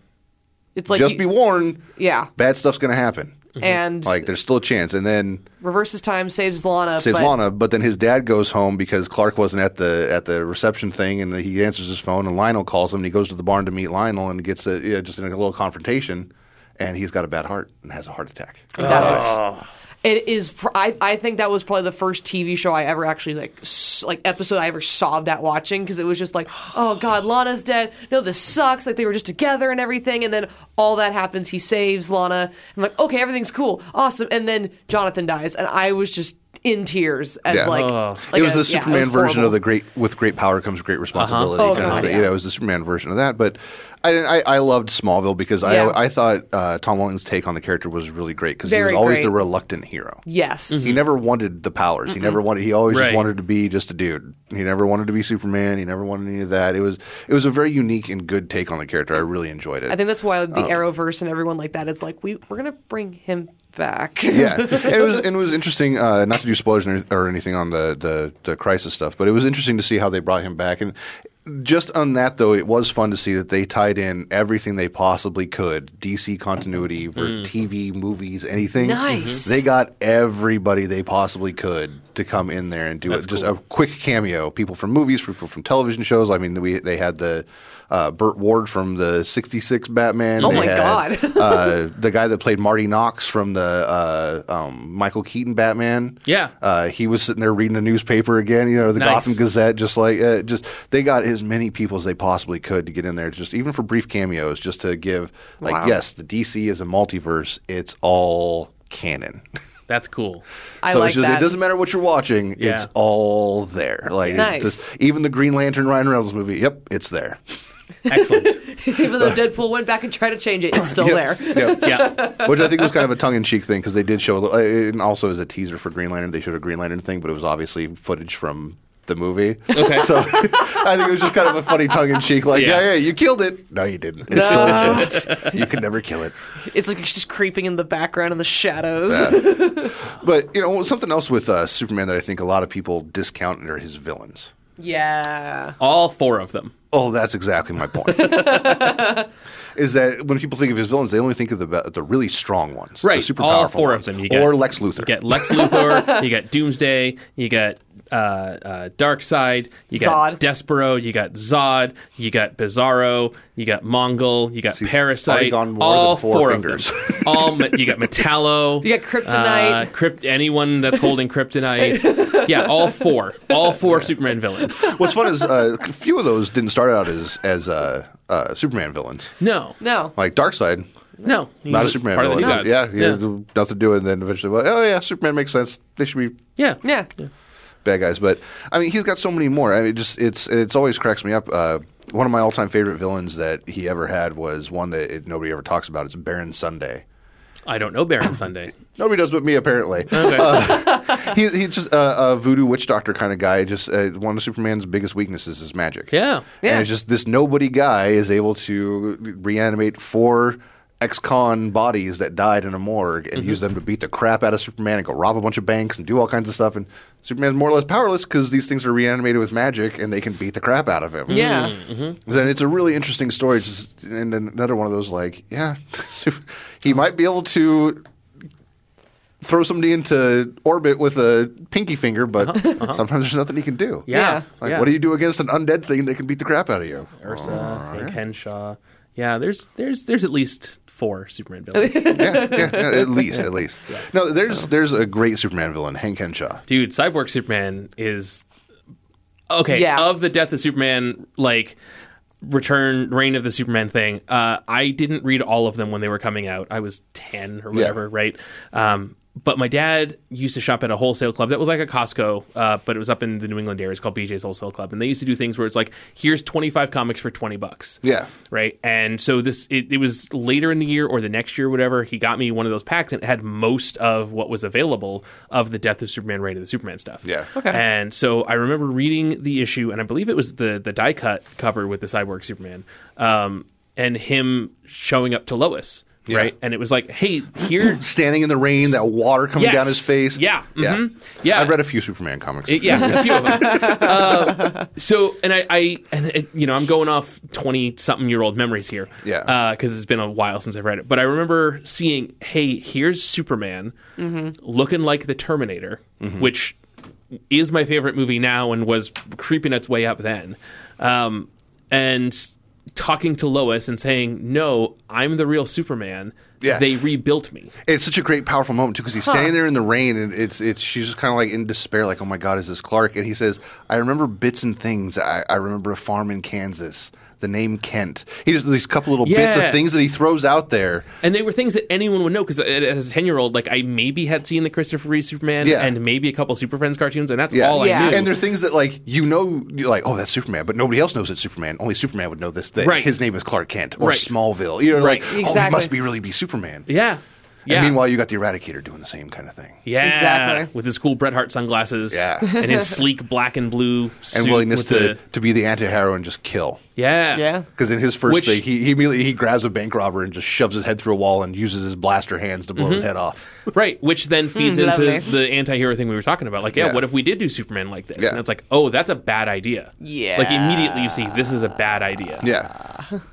S6: It's like
S4: just
S6: you-
S4: be warned.
S6: Yeah.
S4: Bad stuff's gonna happen.
S6: And
S4: Like there's still a chance." And then
S6: reverses time, saves Lana.
S4: saves
S6: but
S4: Lana, but then his dad goes home because Clark wasn't at the at the reception thing, and he answers his phone, and Lionel calls him, and he goes to the barn to meet Lionel, and gets a, you know, just in a little confrontation, and he's got a bad heart and has a heart attack.
S6: That was- It is. pr- I, I think that was probably the first TV show I ever actually like s- like episode I ever sobbed at watching because it was just like, oh god, Lana's dead. No, this sucks. Like they were just together and everything, and then all that happens. He saves Lana. I'm like, okay, everything's cool, awesome. And then Jonathan dies, and I was just in tears as
S4: Yeah.
S6: like, like
S4: it was
S6: a-
S4: the
S6: yeah,
S4: Superman
S6: was
S4: version of
S6: horrible.
S4: the great with great power comes great responsibility.
S6: Oh,
S4: kind of
S6: God,
S4: thing.
S6: yeah.
S4: You know, it was the Superman version of that. But I didn't- I, I loved Smallville because
S6: Yeah.
S4: I I thought uh, Tom Welting's take on the character was really great because he was
S6: Very
S4: always
S6: great.
S4: the reluctant hero.
S6: yes.
S4: He never wanted the powers. He never wanted. He always just
S5: Right.
S4: wanted to be just a dude. He never wanted to be Superman. He never wanted any of that. It was it was a very unique and good take on the character. I really enjoyed it.
S6: I think that's why
S4: Oh.
S6: the Arrowverse and everyone like that is like, we we're gonna bring him back.
S4: yeah, And it was and it was interesting. Uh, not to do spoilers or- or anything on the, the the crisis stuff, but it was interesting to see how they brought him back. And just on that though, it was fun to see that they tied in everything they possibly could: DC continuity for TV, movies, anything.
S6: Nice.
S4: They got everybody they possibly could to come in there and do it. Just a quick cameo. People from movies, people from television shows. I mean, we they had the. Uh, Burt Ward from the '66 Batman.
S6: Oh
S4: They
S6: my
S4: had,
S6: God.
S4: uh, the guy that played Marty Knox from the uh, um, Michael Keaton Batman.
S5: Yeah.
S4: uh, he was sitting there reading the newspaper again. You know, the
S5: Nice.
S4: Gotham Gazette. Just like, uh, just they got as many people as they possibly could to get in there, just even for brief cameos, just to give like,
S6: Wow.
S4: yes, the DC is a multiverse. It's all canon.
S5: that's cool.
S6: I
S4: so
S6: like
S4: it's just,
S6: that.
S4: It doesn't matter what you're watching.
S5: Yeah.
S4: It's all there. Like, it
S6: Nice.
S4: just- even the Green Lantern Ryan Reynolds movie. Yep, it's there.
S5: Excellent.
S6: Even though Deadpool went back and tried to change it, it's still
S4: Yep,
S6: there.
S4: Yep.
S5: Yeah.
S4: which I think was kind of a tongue in cheek thing because they did show, a little- uh, and also as a teaser for Green Lantern, they showed a Green Lantern thing, but it was obviously footage from the movie.
S5: Okay.
S4: So I think it was just kind of a funny tongue in cheek, like, yeah.
S5: Yeah.
S4: yeah, you killed it. No, you didn't. It still exists. You could never kill it.
S6: Uh, It's like it's just creeping in the background in the shadows.
S4: But you know, something else with uh, Superman that I think a lot of people discount are his villains.
S6: yeah.
S5: All four of them.
S4: Oh, that's exactly my point. Is that when people think of his villains, they only think of the be- the really strong ones, the
S5: Right.
S4: super
S5: all
S4: powerful
S5: four
S4: ones.
S5: of them. You get,
S4: or Lex Luthor.
S5: You get Lex Luthor. you got Doomsday. You got uh, uh, Darkseid. You got
S6: Zod.
S5: Despero. You got Zod. You got Bizarro. You got Mongol. You got
S4: he's already
S5: Parasite.
S4: gone more
S5: all
S4: than four fingers.
S5: of them. all me- you got Metallo.
S6: You got Kryptonite.
S5: Uh, crypt, anyone that's holding Kryptonite. yeah, all four. All four Superman villains.
S4: What's fun is uh, a few of those didn't start out as as uh, uh, Superman villains.
S5: No.
S6: No.
S4: Like Darkseid,
S5: No. He
S4: not a
S5: was
S4: Superman
S5: part
S4: villain.
S5: Of the New
S4: yeah,
S5: Gods.
S4: yeah, nothing to do, and then eventually, well, oh yeah, Superman makes sense. They should be
S5: Yeah.
S6: Yeah.
S4: bad guys. But I mean, he's got so many more. I mean, just it's it's always cracks me up. Uh, one of my all time favorite villains that he ever had was one that it, nobody ever talks about. It's Baron Sunday.
S5: I don't know Baron Sunday.
S4: Nobody does but me, apparently. Uh, he, he's just a, a voodoo witch doctor kind of guy. Just uh, one of Superman's biggest weaknesses is magic.
S5: Yeah.
S6: Yeah.
S4: And it's just this nobody guy is able to reanimate four ex-con bodies that died in a morgue and
S6: Mm-hmm.
S4: use them to beat the crap out of Superman and go rob a bunch of banks and do all kinds of stuff. And Superman's more or less powerless because these things are reanimated with magic and they can beat the crap out of him. Mm-hmm.
S6: Yeah.
S4: Then it's a really interesting story. It's Just and then another one of those like, yeah, he might be able to throw somebody into orbit with a pinky finger, but sometimes there's nothing he can do.
S5: Yeah.
S6: Uh-huh. Yeah.
S4: Like, what do you do against an undead thing that can beat the crap out of you?
S5: Ursa, Hank Henshaw. Yeah, there's there's there's at least four Superman villains.
S4: yeah, yeah, yeah, at least, at least. No, there's there's a great Superman villain, Hank Henshaw.
S5: Dude, Cyborg Superman is okay.
S6: Yeah.
S5: Of the Death of Superman, like Return, Reign of the Superman thing. Uh, I didn't read all of them when they were coming out. I was ten or whatever, right? Um, but my dad used to shop at a wholesale club that was like a Costco, uh, but it was up in the New England area. It's called BJ's Wholesale Club, and they used to do things where it's like, here's twenty five comics for twenty bucks.
S4: Yeah.
S5: right? And so this it, it was later in the year or the next year, whatever. He got me one of those packs and it had most of what was available of the Death of Superman, Reign of the Superman stuff.
S4: Yeah.
S6: Okay.
S5: And so I remember reading the issue, and I believe it was the the die cut cover with the cyborg Superman, um, and him showing up to Lois,
S4: Yeah.
S5: right? And it was like, hey, here.
S4: Standing in the rain, that water coming
S5: Yes.
S4: down his face.
S5: Yeah, mhm. Yeah.
S4: I've read a few Superman comics.
S5: It- yeah, a few of them. Uh, so, and I, I and it, you know, I'm going off twenty something year old memories here.
S4: Yeah.
S5: because it's been a while since I've read it, but I remember seeing, hey, here's Superman
S4: Mm-hmm.
S5: looking like the Terminator, which is my favorite movie now and was creeping its way up then, um, and talking to Lois and saying, no, I'm the real Superman.
S4: Yeah.
S5: They rebuilt me.
S4: It's such a great, powerful moment too, because he's standing there in the rain, and it's it's she's just kind of like in despair, like, "Oh my God, is this Clark?" And he says, "I remember bits and things. I, I remember a farm in Kansas, the name Kent. He just these couple little bits
S5: Yeah.
S4: of things that he throws out there.
S5: And they were things that anyone would know because as a ten year old, like I maybe had seen the Christopher Reeve Superman
S4: Yeah.
S5: and maybe a couple Super Friends cartoons, and that's
S4: Yeah,
S5: all
S6: Yeah.
S5: I knew.
S4: and they're things that like you know, you're like, "Oh, that's Superman," but nobody else knows it's Superman. Only Superman would know this thing.
S5: Right.
S4: His name is Clark Kent or
S5: Right.
S4: Smallville. You know,
S5: Right.
S4: like, "Oh, he
S6: Exactly.
S4: must be really be Superman."
S5: yeah, yeah.
S4: And meanwhile, you got the Eradicator doing the same kind of thing.
S5: yeah,
S6: Exactly.
S5: With his cool Bret Hart sunglasses,
S4: Yeah.
S5: and his sleek black and blue suit
S4: And willingness
S5: with
S4: to,
S5: the-
S4: to be the anti-hero and just kill.
S5: yeah,
S6: Yeah.
S4: Because in his first
S5: Which-
S4: thing, he, he immediately he grabs a bank robber and just shoves his head through a wall and uses his blaster hands to blow
S5: Mm-hmm.
S4: his head off.
S5: right. Which then feeds
S6: Mm,
S5: into
S6: lovely.
S5: the anti-hero thing we were talking about. Like, yeah,
S4: Yeah.
S5: what if we did do Superman like this?
S4: Yeah.
S5: And it's like, oh, that's a bad idea.
S6: Yeah.
S5: Like immediately you see this is a bad idea.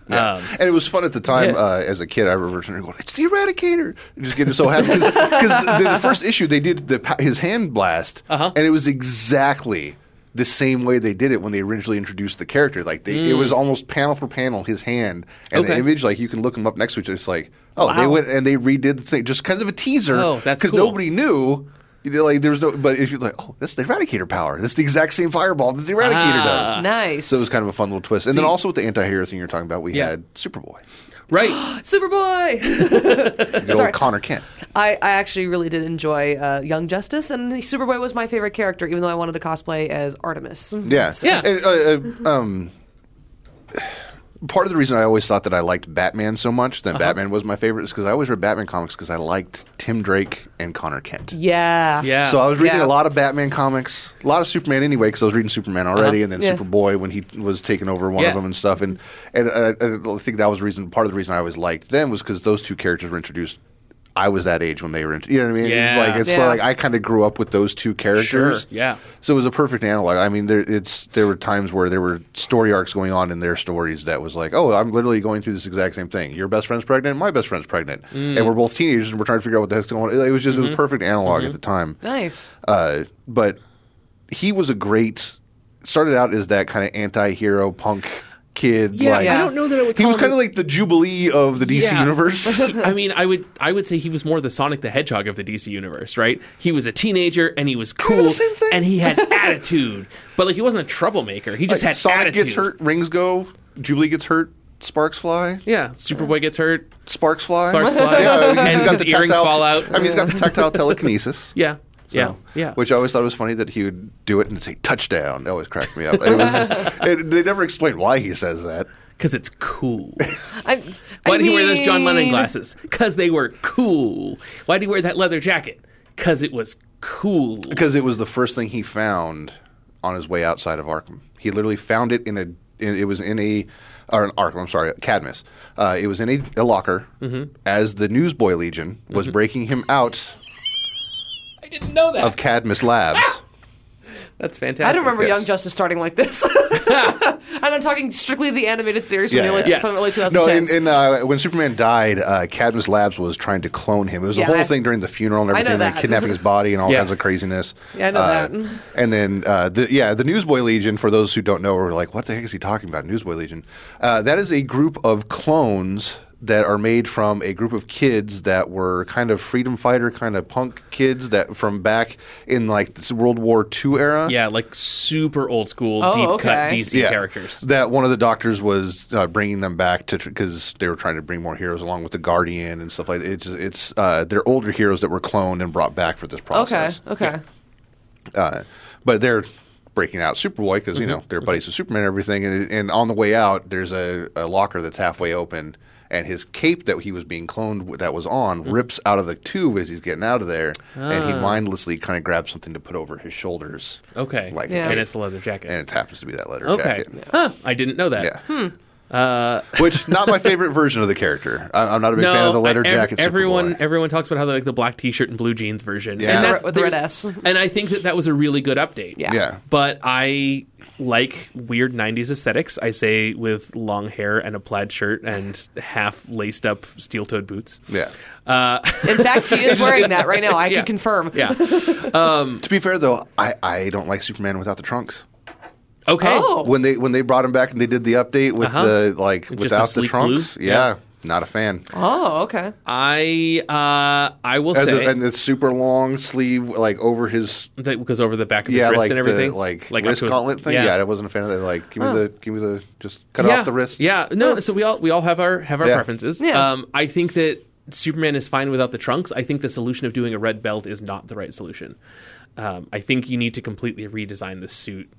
S5: Um,
S4: Yeah. Yeah. and it was fun at the time
S5: yeah.
S4: uh, as a kid. I remember turning and going, "It's the Eradicator!" And just getting so happy because the, the first issue they did the, pa- his hand blast,
S5: Uh-huh.
S4: and it was exactly the same way they did it when they originally introduced the character. Like they, it was almost panel for panel his hand and the
S5: Mm. Okay.
S4: image. Like you can look them up next to each other. It's like, oh, they went and they redid the thing just kind of a teaser.
S5: Oh, that's cool.
S4: nobody knew. They're Like there was no, but if you're like, oh, that's the Eradicator power. That's the exact same fireball that the
S5: Ah.
S4: Eradicator does.
S6: nice.
S4: Ah. So it was kind of a fun little twist. And then also with the anti-hero thing you're talking about, we
S5: Yeah.
S4: had Superboy.
S5: Right.
S6: Superboy.
S4: Good old
S6: Sorry.
S4: Connor Kent.
S6: I, I actually really did enjoy uh, Young Justice, and Superboy was my favorite character, even though I wanted to cosplay as Artemis.
S4: Yeah.
S5: Yeah.
S4: And, uh, uh, um, part of the reason I always thought that I liked Batman so much, that Batman was my favorite, is because I always read Batman comics because I liked Tim Drake and Connor Kent.
S6: Yeah.
S5: Yeah.
S4: So I was reading
S6: Yeah.
S4: a lot of Batman comics, a lot of Superman anyway, because I was reading Superman already, and then
S6: Yeah.
S4: Superboy when he was taking over one
S5: Uh-huh. Yeah.
S4: of them and stuff, and and, uh, and I think that was the reason. Part of the reason I always liked them was because those two characters were introduced. I was that age when they were, int- you know what I mean?
S5: Yeah.
S4: It's like it's
S6: Yeah.
S4: like I kind of grew up with those two characters.
S5: yeah.
S4: So it was a perfect analog. I mean, there it's there were times where there were story arcs going on in their stories that was like, oh, I'm literally going through this exact same thing. Your best friend's pregnant, my best friend's pregnant,
S5: Mm.
S4: and we're both teenagers and we're trying to figure out what the heck's going on. It was just it was
S5: Mm-hmm.
S4: a perfect analog at the time.
S6: Nice.
S4: Uh, but he was a great. Started out as that kind of anti-hero punk kid.
S5: Yeah,
S4: like,
S5: I don't know that I would
S4: He
S5: call
S4: was kind of
S5: him-
S4: like the Jubilee of the DC
S5: Yeah.
S4: universe.
S5: I mean, I would I would say he was more the Sonic the Hedgehog of the DC universe, right? He was a teenager and he was cool
S4: the same thing.
S5: and he had attitude, but like he wasn't a troublemaker. He just had
S4: Sonic
S5: attitude.
S4: gets hurt, rings go. Jubilee gets hurt, sparks fly.
S5: Yeah, Superboy gets hurt.
S4: Sparks fly.
S5: Sparks fly.
S4: Yeah, because
S5: And
S4: he's got
S5: his
S4: the
S5: earrings
S4: tactile-
S5: fall out.
S4: I mean, he's got the tactile telekinesis.
S5: Yeah,
S4: So,
S5: yeah, yeah.
S4: Which I always thought was funny that he would do it and say touchdown. That always cracked me up. It was just, it, they never explained why he says that.
S5: because it's cool. Why
S6: I, I
S5: did he wear those John Lennon
S6: mean,
S5: glasses? Because they were cool. Why did he wear that leather jacket? Because it was cool.
S4: because it was the first thing he found on his way outside of Arkham. He literally found it in a. In, it was in a or an Arkham. I'm sorry, Cadmus. Uh, it was in a, a locker
S5: Mm-hmm.
S4: as the Newsboy Legion was breaking him out
S5: I Mm-hmm. didn't know that.
S4: of Cadmus Labs.
S5: That's fantastic.
S6: I don't remember
S4: Yes.
S6: Young Justice starting like this. and I'm talking strictly the animated series from
S4: Yeah,
S6: the early,
S5: yeah.
S6: from the early
S5: Yes.
S6: 2010s.
S4: No, in, in, uh, when Superman died, uh, Cadmus Labs was trying to clone him. It was a
S6: Yeah,
S4: whole
S6: I-
S4: thing during the funeral and
S6: I know
S4: everything, like
S6: that.
S4: kidnapping his body and all
S5: Yeah.
S4: kinds of craziness.
S6: Yeah, I know
S4: Uh,
S6: that.
S4: And then, uh, the, yeah, the Newsboy Legion. For those who don't know, are like, what the heck is he talking about? Newsboy Legion. Uh, that is a group of clones that are made from a group of kids that were kind of freedom fighter, kind of punk kids that from back in like this World War II era.
S5: Yeah, like super old school,
S6: Oh,
S5: deep cut
S6: okay.
S5: DC characters.
S4: That one of the doctors was uh, bringing them back to because they were trying to bring more heroes along with the Guardian and stuff like that. It's just, it's uh, they're older heroes that were cloned and brought back for this
S6: okay,
S4: process.
S6: okay.
S4: Uh, but they're breaking out Superboy because
S6: Mm-hmm.
S4: you know they're buddies with Superman and everything. And, and on the way out, there's a, a locker that's halfway open. And his cape that he was being cloned with- that was on
S5: Mm-hmm.
S4: rips out of the tube as he's getting out of there, and
S6: Ah.
S4: he mindlessly kind of grabs something to put over his shoulders.
S5: Okay.
S4: like
S6: Yeah.
S4: a
S5: And
S4: cape.
S5: it's a leather jacket.
S4: and it happens to be that leather
S5: Oh. okay.
S4: jacket.
S5: Huh. I didn't know that.
S4: Yeah. Hmm. Which not my favorite version of the character. I, I'm not a big
S5: Uh, No,
S4: fan of the leather
S5: I- ev-
S4: jacket.
S5: Everyone,
S4: Superboy.
S5: everyone talks about how they like the black T-shirt and blue jeans version.
S4: Yeah.
S5: and that's-
S6: With the red
S5: there's-
S6: S.
S5: And I think that that was a really good update.
S6: Yeah.
S4: yeah.
S5: But I like weird 90s aesthetics. I say with long hair and a plaid shirt and half laced up steel toed boots.
S4: Yeah.
S6: In fact, he is wearing that right now. I
S5: Yeah.
S6: can confirm.
S5: Yeah.
S4: To be fair though, I, I don't like Superman without the trunks.
S5: Okay.
S6: Oh.
S4: When they when they brought him back and they did the update with
S5: Uh-huh.
S4: the like
S5: the
S4: without the
S5: sleek
S4: trunks,
S5: blue?
S4: yeah, not a fan.
S6: Oh, okay.
S5: I uh, I will
S4: And,
S5: say
S4: the, and it's super long sleeve, like over his
S5: that goes over the back of his
S4: yeah,
S5: wrist
S4: like
S5: and everything,
S4: the like,
S5: up
S4: wrist
S5: to his-
S4: gauntlet thing. Yeah. I wasn't a fan of that. Like, give me the give me the just cut
S5: yeah.
S4: off the wrist.
S5: Yeah, no. So we all we all have our have our
S4: Yeah.
S5: preferences.
S6: Yeah.
S5: Um, I think that Superman is fine without the trunks. I think the solution of doing a red belt is not the right solution. Um, I think you need to completely redesign the suit,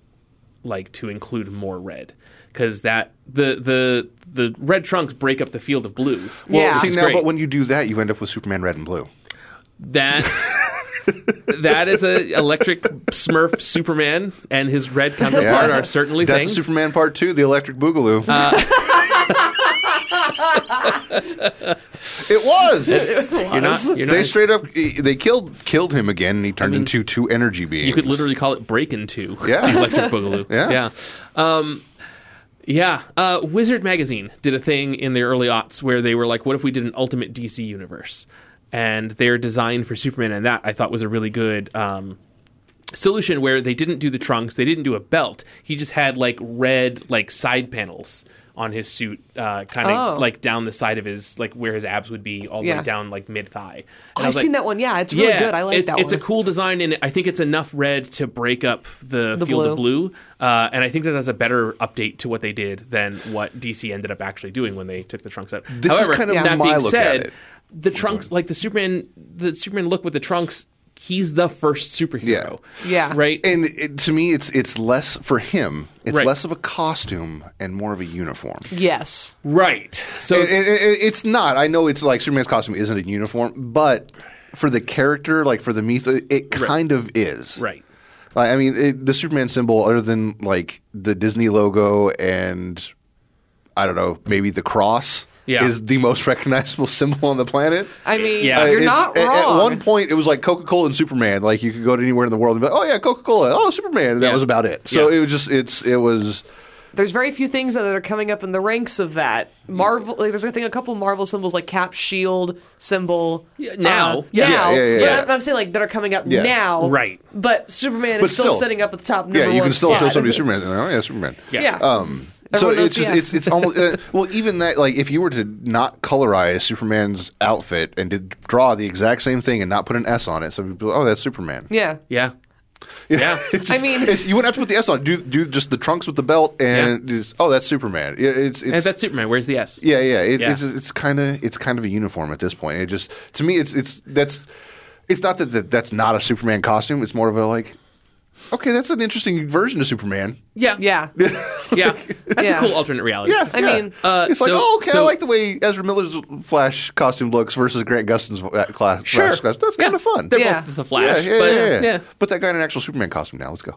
S5: like to include more red, because that the the the red trunks break up the field of blue.
S4: Well,
S6: Yeah.
S4: see
S5: It's
S4: now,
S5: great.
S4: but when you do that, you end up with Superman red and blue.
S5: That's that is a electric Smurf Superman and his red counterpart are certainly
S4: That's
S5: things. Uh,
S4: Superman Part Two, the Electric Boogaloo. it was.
S5: You're not. You're not.
S4: they straight up they killed killed him again, and he turned into two energy beings.
S5: you could literally call it break into
S4: Yeah.
S5: the electric boogaloo.
S4: Yeah.
S5: Yeah. Um, yeah. Uh, Wizard magazine did a thing in the early aughts where they were like, "What if we did an Ultimate DC universe?" And their design for Superman and that I thought was a really good um, solution where they didn't do the trunks, they didn't do a belt. He just had like red like side panels on his suit, uh, kind of
S6: Oh.
S5: like down the side of his like where his abs would be, all the
S6: Yeah.
S5: way down like mid thigh.
S6: I've seen that one. Yeah, it's really good. I like
S5: it's,
S6: that
S5: It's
S6: one.
S5: a cool design, and I think it's enough red to break up the,
S6: The
S5: field of blue. Uh, and I think that that's a better update to what they did than what DC ended up actually doing when they took the trunks out.
S4: This is
S5: However,
S4: kind of
S5: that
S4: my
S5: being
S4: look at
S5: said,
S4: it.
S5: the trunks, like the Superman, the Superman look with the trunks, he's the first superhero.
S6: Yeah. Yeah.
S5: Right.
S4: and it, to me, it's it's less for him. It's
S5: Right.
S4: less of a costume and more of a uniform.
S6: Yes.
S5: right. So
S4: And- and- and it's not. I know it's like Superman's costume isn't a uniform, but for the character, like for the myth, it kind of is.
S5: right.
S4: Like, I mean, it, the Superman symbol, other than like the Disney logo and I don't know, maybe the cross,
S5: Yeah.
S4: is the most recognizable symbol on the planet.
S6: I mean,
S5: Yeah. Uh,
S6: you're
S4: it's-
S6: not
S4: at-
S6: wrong.
S4: At, one point, it was like Coca Cola and Superman. Like you could go to anywhere in the world and be like, "Oh yeah, Coca Cola. Oh Superman." And that
S5: Yeah.
S4: was about it. So
S5: Yeah.
S4: it was just it's it was
S6: there's very few things that are coming up in the ranks of that. Marvel, like, there's I think a couple Marvel symbols like Cap, Shield symbol.
S5: Yeah, now.
S6: uh,
S5: Yeah.
S6: now.
S4: Yeah, yeah, yeah,
S6: But
S4: yeah.
S6: I'm- I'm saying like that are coming up
S4: Yeah.
S6: now,
S5: Right.
S6: But Superman
S4: But
S6: is still,
S4: still.
S6: sitting up at the top. Number
S4: yeah. You
S6: one
S4: can still show
S6: spot.
S4: somebody Superman. and, Oh yeah, Superman.
S5: Yeah.
S6: Yeah.
S4: Um, so
S6: Everyone knows
S4: it's just
S6: the
S4: it's, it's almost uh, well even that like if you were to not colorize Superman's outfit and to draw the exact same thing and not put an S on it, so people oh that's Superman.
S6: yeah.
S5: Yeah. Yeah.
S4: It's just-
S6: I mean-
S4: it's- you wouldn't have to put the S on. it. Do do just the trunks with the belt and just, oh that's Superman. Yeah, it's, it's
S5: and that's Superman. Where's the S?
S4: Yeah, yeah. It,
S5: Yeah.
S4: It's it's kind of it's kind of a uniform at this point. It just to me, it's it's that's it's not that, that that's not a Superman costume. It's more of a like, okay, that's an interesting version of Superman.
S5: Yeah.
S6: Yeah.
S5: yeah, that's
S6: Yeah.
S5: a cool alternate reality.
S4: Yeah,
S6: I
S4: yeah.
S6: mean,
S5: uh,
S4: it's like,
S5: so-
S4: oh, okay, I
S5: so-
S4: like the way Ezra Miller's Flash costume looks versus Grant Gustin's uh, class.
S5: Sure.
S4: Flash costume. That's kind of fun.
S5: They're
S6: Yeah.
S5: both the Flash,
S4: yeah, yeah,
S5: but
S4: yeah, yeah.
S5: yeah.
S4: Put that guy in an actual Superman costume now. Let's go.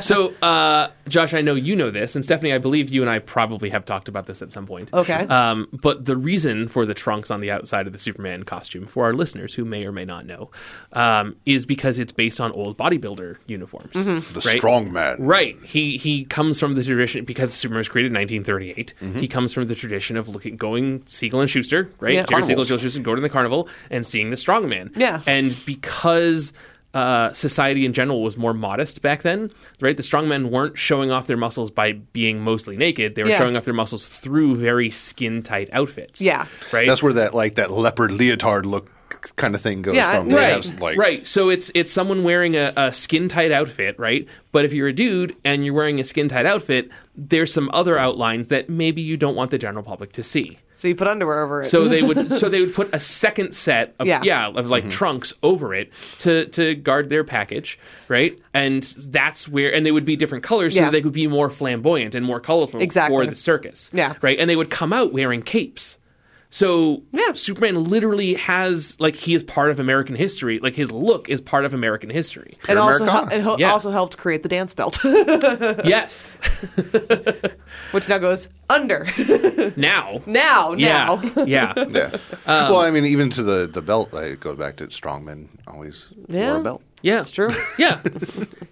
S5: So, uh, Josh, I know you know this, and Stephanie, I believe you and I probably have talked about this at some point.
S6: Okay.
S5: Um, but the reason for the trunks on the outside of the Superman costume, for our listeners who may or may not know, um, is because it's based on old bodybuilder uniforms.
S4: the
S5: Right.
S4: strong man.
S5: Right. He he comes from the tradition because Superman was created in 1938.
S6: Mm-hmm.
S5: He comes from the tradition of looking, going Siegel and Schuster, right?
S6: Yeah.
S5: Jerry Siegel,
S4: Carnivals.
S5: Joe Schuster, go to the carnival and seeing the strongman.
S6: Yeah.
S5: And because. Uh, society in general was more modest back then, right? The strongmen weren't showing off their muscles by being mostly naked. They were
S6: Yeah.
S5: showing off their muscles through very skin tight outfits.
S6: Yeah.
S5: Right?
S4: That's where that like that leopard leotard look kind of thing goes
S6: Yeah,
S4: from. They
S5: right,
S4: have, like-
S5: right. So it's it's someone wearing a, a skin tight outfit, right? But if you're a dude and you're wearing a skin tight outfit, there's some other outlines that maybe you don't want the general public to see.
S6: So you put underwear over it.
S5: So they would so they would put a second set of yeah,
S6: Yeah.
S5: of like trunks over it to to guard their package, right? And that's where and they would be different colors so
S6: Yeah.
S5: that they could be more flamboyant and more colorful for
S6: Exactly.
S5: the circus.
S6: Yeah.
S5: Right? And they would come out wearing capes. So
S6: Yeah.
S5: Superman literally has like he is part of American history. Like his look is part of American history.
S6: and also,
S4: Americana.
S6: hel- it ho-
S5: Yeah.
S6: also helped create the dance belt,
S5: yes.
S6: which now goes under.
S5: Now.
S6: now, now.
S5: Yeah. Yeah.
S4: Yeah. well,
S5: Um,
S4: I mean, even to the the belt, I go back to strongmen always wore
S6: Yeah.
S4: a belt.
S5: Yeah.
S6: It's true.
S5: Yeah.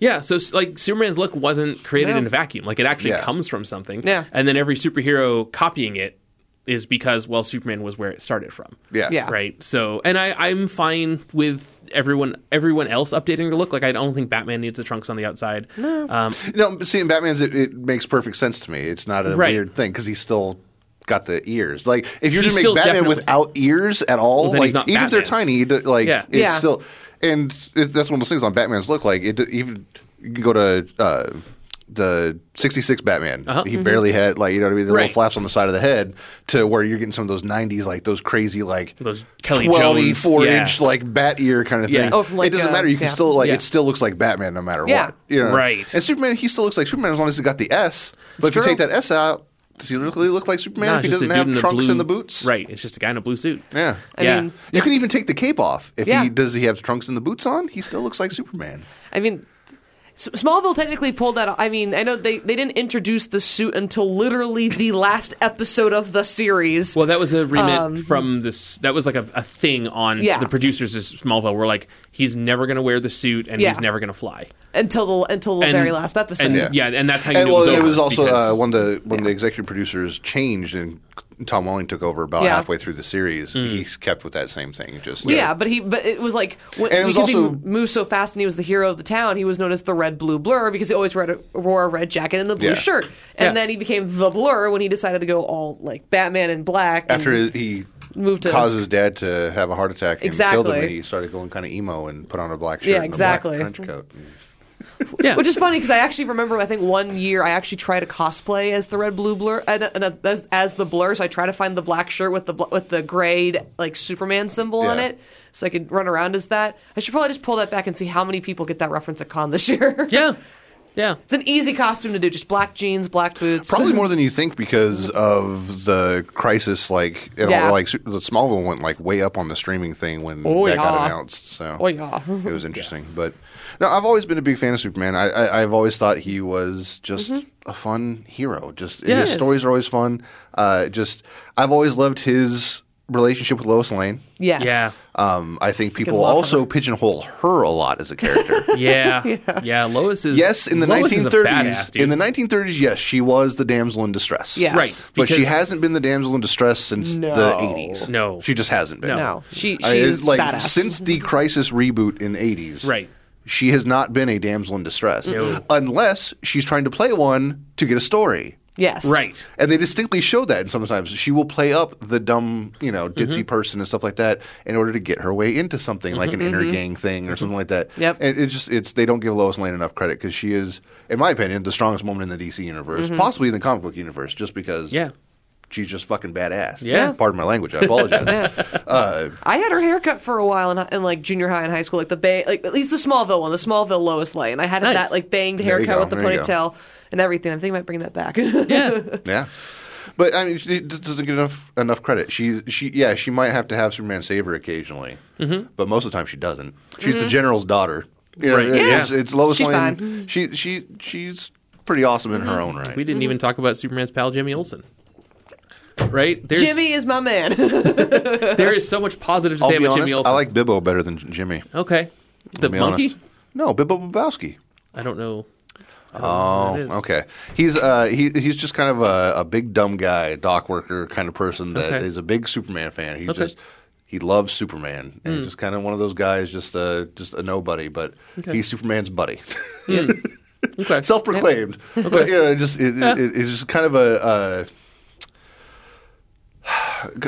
S5: yeah. So, s- like, Superman's look wasn't created
S6: No.
S5: in a vacuum. Like, it actually
S4: Yeah.
S5: comes from something.
S6: Yeah.
S5: And then every superhero copying it is because, well, Superman was where it started from.
S4: Yeah.
S6: Yeah.
S5: Right. So, and I, I'm fine with everyone everyone else updating their look. Like, I don't think Batman needs the trunks on the outside. No. Um,
S4: No, but seeing Batman's, it, it makes perfect sense to me. It's not a
S5: Right.
S4: weird thing because he's still got the ears. Like if you're
S5: He's
S4: going to
S5: still
S4: make Batman
S5: definitely-
S4: without ears at all,
S5: then
S4: like
S5: he's not
S4: even if they're
S5: Batman.
S4: tiny, d- like
S5: Yeah.
S4: it's
S6: Yeah.
S4: still. And it, that's one of those things on Batman's look. Like it even you can go to. Uh, the '66 Batman, he barely had like you know what I mean, the
S5: Uh-huh. Mm-hmm. Right.
S4: little flaps on the side of the head, to where you're getting some of those '90s like those crazy like
S5: Those Kelly
S4: 12
S5: Jones,
S4: 4
S5: yeah.
S4: inch like bat ear kind of thing.
S5: Yeah. Oh,
S6: from, like,
S4: it doesn't
S6: uh,
S4: matter. You can
S6: yeah.
S4: still like
S5: Yeah.
S4: it still looks like Batman no matter
S6: Yeah.
S4: what. You know?
S5: Right.
S4: And Superman, he still looks like Superman as long as he's got the S. But if you
S6: true.
S4: take that S out, does he really look like Superman
S5: nah,
S4: if he
S5: it's just a
S4: doesn't have
S5: dude in
S4: trunks
S5: blue-
S4: and the boots?
S5: Right. It's just a guy in a blue suit.
S4: Yeah.
S5: yeah.
S6: mean-
S4: you can even take the cape off. If
S6: Yeah.
S4: he does he have trunks and the boots on, he still looks like Superman.
S6: I mean, S- Smallville technically pulled that. Off. I mean, I know they, they didn't introduce the suit until literally the last episode of the series.
S5: Well, that was a remit
S6: Um,
S5: from this. That was like a, a thing on
S6: Yeah.
S5: the producers of Smallville. Were like, he's never going to wear the suit and
S6: Yeah.
S5: he's never going to fly.
S6: until the until the
S5: And-
S6: very last episode.
S5: And,
S4: Yeah.
S5: yeah. and that's how you
S4: And
S5: knew
S4: well,
S5: it was,
S4: it was
S5: over,
S4: also
S5: because-
S4: uh, when the when the executive producers changed and Tom Welling took over about
S6: Yeah.
S4: halfway through the series, he kept with that same thing. Just
S6: yeah. but he but it was like when,
S4: And it was
S6: because he
S4: also-
S6: mo- moved so fast and he was the hero of the town. He was known as the Red Blue Blur because he always wore a, wore a red jacket and the blue
S4: Yeah.
S6: shirt. And
S5: Yeah.
S6: then he became the Blur when he decided to go all like Batman in black. and-
S4: after he
S6: Moved to-
S4: caused his dad to have a heart attack and killed
S6: Exactly.
S4: him, and he started going kind of emo and put on a black shirt,
S6: Yeah,
S4: and
S6: exactly.
S4: a black trench coat.
S5: yeah.
S6: Which is funny because I actually remember. I think one year I actually tried to cosplay as the red blue blur, uh, no, no, as, as the blur. So I tried to find the black shirt with the bl- with the grayed like Superman symbol on
S4: Yeah.
S6: it, so I could run around as that. I should probably just pull that back and see how many people get that reference at con this year.
S5: yeah, yeah.
S6: it's an easy costume to do. Just black jeans, black boots.
S4: Probably more than you think because of the crisis. Like, you know,
S6: Yeah.
S4: like su- the Smallville went like way up on the streaming thing when
S6: Oh,
S4: that
S6: yeah.
S4: got announced. So,
S6: Oh, yeah.
S4: it was interesting. But no, I've always been a big fan of Superman. I, I I've always thought he was just a fun hero. Just
S5: Yes.
S4: his stories are always fun. Uh, just I've always loved his relationship with Lois Lane.
S6: Yes.
S5: Yeah.
S4: Um, I think people
S6: love her.
S4: also pigeonhole her a lot as a character.
S5: Yeah. yeah, Lois is
S4: yes, in the
S5: Lois is a
S4: 1930s,
S5: badass, dude.
S4: in the 1930s, yes, she was the damsel in distress.
S6: Yeah.
S5: right,
S4: But she
S5: because-
S4: hasn't been the damsel in distress since
S6: No.
S4: the 80s.
S5: No.
S4: She just hasn't been.
S6: No, she
S4: I- it's
S6: she's
S4: like
S6: badass.
S4: since the crisis reboot in 80s.
S5: Right.
S4: She has not been a damsel in distress
S5: No.
S4: unless she's trying to play one to get a story.
S6: yes,
S5: right.
S4: And they distinctly show that. And sometimes she will play up the dumb, you know, ditzy
S5: Mm-hmm.
S4: person and stuff like that in order to get her way into something like an inner
S5: mm-hmm.
S4: gang thing or something like that.
S6: Yep.
S4: And it just it's they don't give Lois Lane enough credit because she is, in my opinion, the strongest woman in the DC universe, possibly in the comic book universe, just because
S5: Mm-hmm. Yeah.
S4: she's just fucking badass.
S5: Yeah.
S4: Pardon my language. I apologize.
S6: I had her haircut for a while in, in like junior high and high school, like the ba- like at least the Smallville one, the Smallville Lois Lane. I had
S5: Nice.
S6: that like banged
S4: you
S6: haircut
S4: go,
S6: with the
S4: there you go.
S6: ponytail and everything. I think I might bring that back.
S5: Yeah.
S4: Yeah. But I mean, she just doesn't get enough enough credit. She she yeah, she might have to have Superman save her occasionally, but most of the time she doesn't. She's the general's daughter. You know,
S5: Mm-hmm. Right. Yeah.
S4: It's, it's Lois
S6: She's
S4: Lane.
S6: fine.
S4: She she she's pretty awesome in her own right.
S5: Mm-hmm. we didn't even talk about Superman's pal Jimmy Olsen. Right? There's,
S6: Jimmy is my man.
S5: There is so much positive to
S4: I'll
S5: say
S4: be
S5: about
S4: honest.
S5: Jimmy Olsen.
S4: I like Bibbo better than J- Jimmy.
S5: Okay. The
S4: I'll be
S5: monkey?
S4: honest. No, Bibbo Bobowski.
S5: I don't know.
S4: Oh,
S5: is.
S4: okay. He's uh, he he's just kind of a, a big dumb guy, dock worker kind of person that is a
S5: Okay.
S4: big Superman fan. He
S5: Okay. Hmm.
S4: just he loves Superman and just kind of one of those guys, just uh, just a nobody, but he's Superman's buddy,
S5: Okay.
S4: self proclaimed. But you know, just it, it, it's just kind of a. Uh,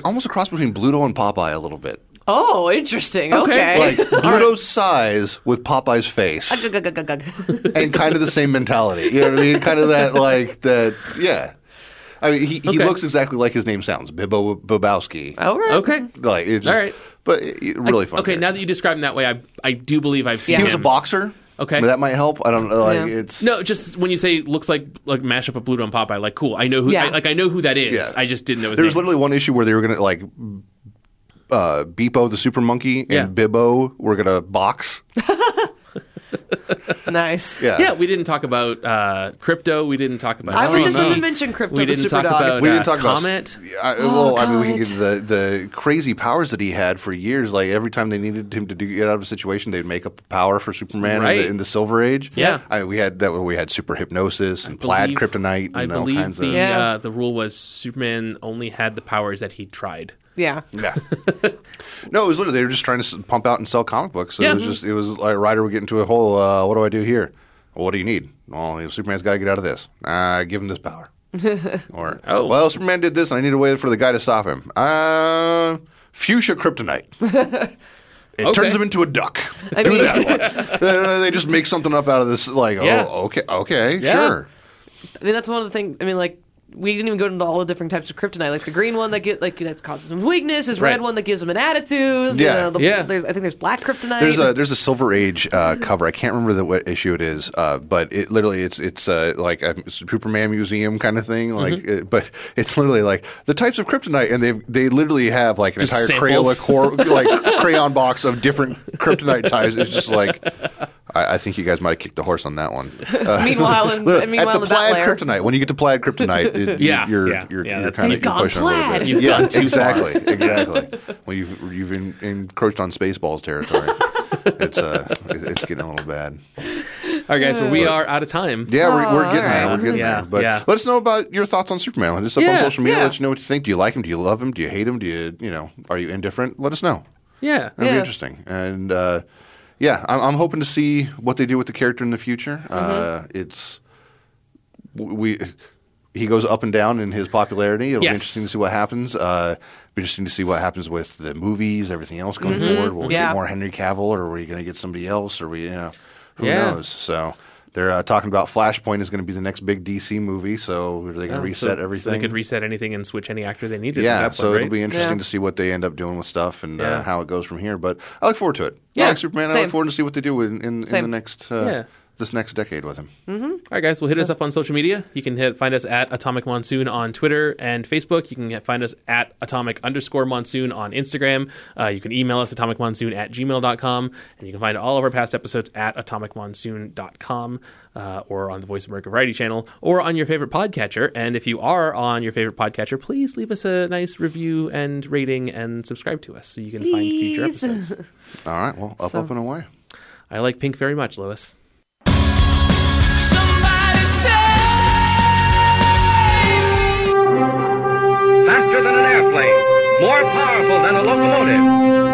S4: Almost a cross between Bluto and Popeye a little bit,
S6: oh, interesting.
S5: Okay.
S6: Okay.
S4: like Bluto's size with Popeye's face,
S6: Gug, gug, gug, gug.
S4: and kind of the same mentality. You know what I mean? Kind of that like that. Yeah. I mean, he, he
S5: Okay.
S4: looks exactly like his name sounds, Bibbo Bobowski.
S6: All right.
S5: okay.
S4: Like, it just,
S5: All right.
S4: But it, it- really fun.
S5: Okay,
S4: character.
S5: now that you describe him that way, I I do believe I've seen
S4: he
S5: him.
S4: was a boxer.
S5: Okay.
S4: But that might help. I don't know. Like,
S6: Yeah.
S4: It's
S5: No, just when you say looks like like mashup of Pluto and Popeye, like cool. I know who
S6: Yeah.
S5: I, like I know who that is.
S4: Yeah.
S5: I just didn't know his
S4: There was
S5: name.
S4: literally one issue where they were gonna like uh, Beepo the super monkey and
S5: Yeah.
S4: Bibbo were gonna box.
S6: Nice.
S4: Yeah.
S5: yeah, we didn't talk about uh, crypto. We didn't talk about.
S6: I was
S5: Street
S6: just going
S5: League.
S6: to mention crypto.
S5: We
S6: the
S5: didn't
S6: super
S5: talk
S6: dog.
S5: about.
S4: we
S5: uh,
S4: didn't talk
S5: Comet.
S4: about. Yeah, I- well, I mean, we can
S6: Comet.
S4: get into the the crazy powers that he had for years. Like every time they needed him to do, get out of a situation, they'd make up a power for Superman in,
S5: Right.
S4: the, in the Silver Age.
S5: Yeah.
S4: I, we had that. We had super hypnosis and plaid
S5: believe-
S4: kryptonite. And
S5: I
S4: all
S5: believe
S4: kinds
S5: the
S4: of,
S6: Yeah.
S5: uh, the rule was Superman only had the powers that he tried.
S6: Yeah.
S4: Yeah. no, it was literally they were just trying to s- pump out and sell comic books. So
S5: Yeah.
S4: it was just it was like a writer would get into a whole. Uh, what do I do here? Well, what do you need? Well, you know, Superman's got to get out of this. Uh, give him this power. or
S5: Oh.
S4: well, Superman did this, and I need a way for the guy to stop him. Uh, fuchsia kryptonite. It turns
S5: Okay.
S4: him into a duck.
S6: I
S4: do
S6: mean-
S4: that one. Uh, they just make something up out of this. Like,
S5: Yeah.
S4: oh, okay, okay,
S5: Yeah.
S4: sure.
S6: I mean, that's one of the things. I mean, like we didn't even go into all the different types of kryptonite. Like the green one that get like that causes him weakness. His
S5: Right.
S6: red one that gives him an attitude.
S4: Yeah.
S6: You know, the,
S5: Yeah.
S6: There's, I think there's black kryptonite.
S4: There's a there's a Silver Age uh, cover. I can't remember the what issue it is, uh, but it literally it's it's uh, like a Superman museum kind of thing. Like,
S5: Mm-hmm.
S4: it, but it's literally like the types of kryptonite, and they they literally have like an
S5: Just
S4: entire
S5: samples.
S4: Crayola cor- like crayon box of different kryptonite types. It's just like. I I think you guys might have kicked the horse on that one. Uh,
S6: meanwhile, in,
S4: look,
S6: meanwhile,
S4: at
S6: in
S4: the
S6: the bat
S4: plaid
S6: layer.
S4: kryptonite, when you get to plaid kryptonite, it,
S5: Yeah,
S4: you're,
S5: yeah,
S4: you're,
S5: yeah,
S4: you're
S5: that's-
S4: kind
S6: You've
S4: of
S6: gone
S4: pushing a little
S6: plaid.
S4: bit.
S5: You've
S4: yeah,
S5: gone too
S4: exactly, exactly. Well, you've you've en- encroached on Spaceballs territory. it's uh, it's, it's getting a little bad.
S5: All right, guys, well, we are out of time.
S4: Yeah, we're, we're getting
S5: right.
S4: there. We're getting
S5: Yeah,
S4: there. But
S5: yeah.
S4: let us know about your thoughts on Superman. Hit us up
S5: Yeah,
S4: on social media.
S5: yeah.
S4: Let you know what you think. Do you like him? Do you love him? Do you hate him? Do you you know? Are you indifferent? Let us know.
S5: yeah.
S4: That'd be
S6: Yeah.
S4: interesting. And uh, yeah, I'm, I'm hoping to see what they do with the character in the future. Uh,
S5: Mm-hmm.
S4: it's w- we he goes up and down in his popularity. It'll
S5: Yes.
S4: be interesting to see what happens. Uh, be interesting to see what happens with the movies, everything else going
S5: Mm-hmm.
S4: forward. Will we
S6: Yeah.
S4: get more Henry Cavill, or are we going to get somebody else? Or we, you know, who
S5: Yeah.
S4: knows? So. They're uh, talking about Flashpoint is going to be the next big DC movie, so are they going to
S5: Oh,
S4: reset
S5: so- So
S4: everything?
S5: they could reset anything and switch any actor they needed. at
S4: Yeah,
S5: that
S4: so
S5: point,
S4: it'll
S5: right?
S4: be interesting
S6: Yeah.
S4: to see what they end up doing with stuff and
S5: Yeah.
S4: uh, how it goes from here. But I look forward to it. I
S5: Yeah,
S4: like Superman. I
S6: same.
S4: look forward to see what they do in, in, in the
S6: Same. Mm.
S4: next uh,
S5: Yeah.
S4: this next decade with him.
S5: All right, guys. Well, hit us up on social media. You can hit, find us at Atomic Monsoon on Twitter and Facebook. You can get, find us at Atomic underscore Monsoon on Instagram. Uh, you can email us atomicmonsoon at gmail.com. And you can find all of our past episodes at atomicmonsoon.com uh, or on the Voice of America Variety channel or on your favorite podcatcher. And if you are on your favorite podcatcher, please leave us a nice review and rating and subscribe to us so you can find future episodes.
S4: All right, well, up,
S6: So-
S4: up, and away.
S5: I like pink very much, Lois.
S3: Faster than an airplane, more powerful than a locomotive,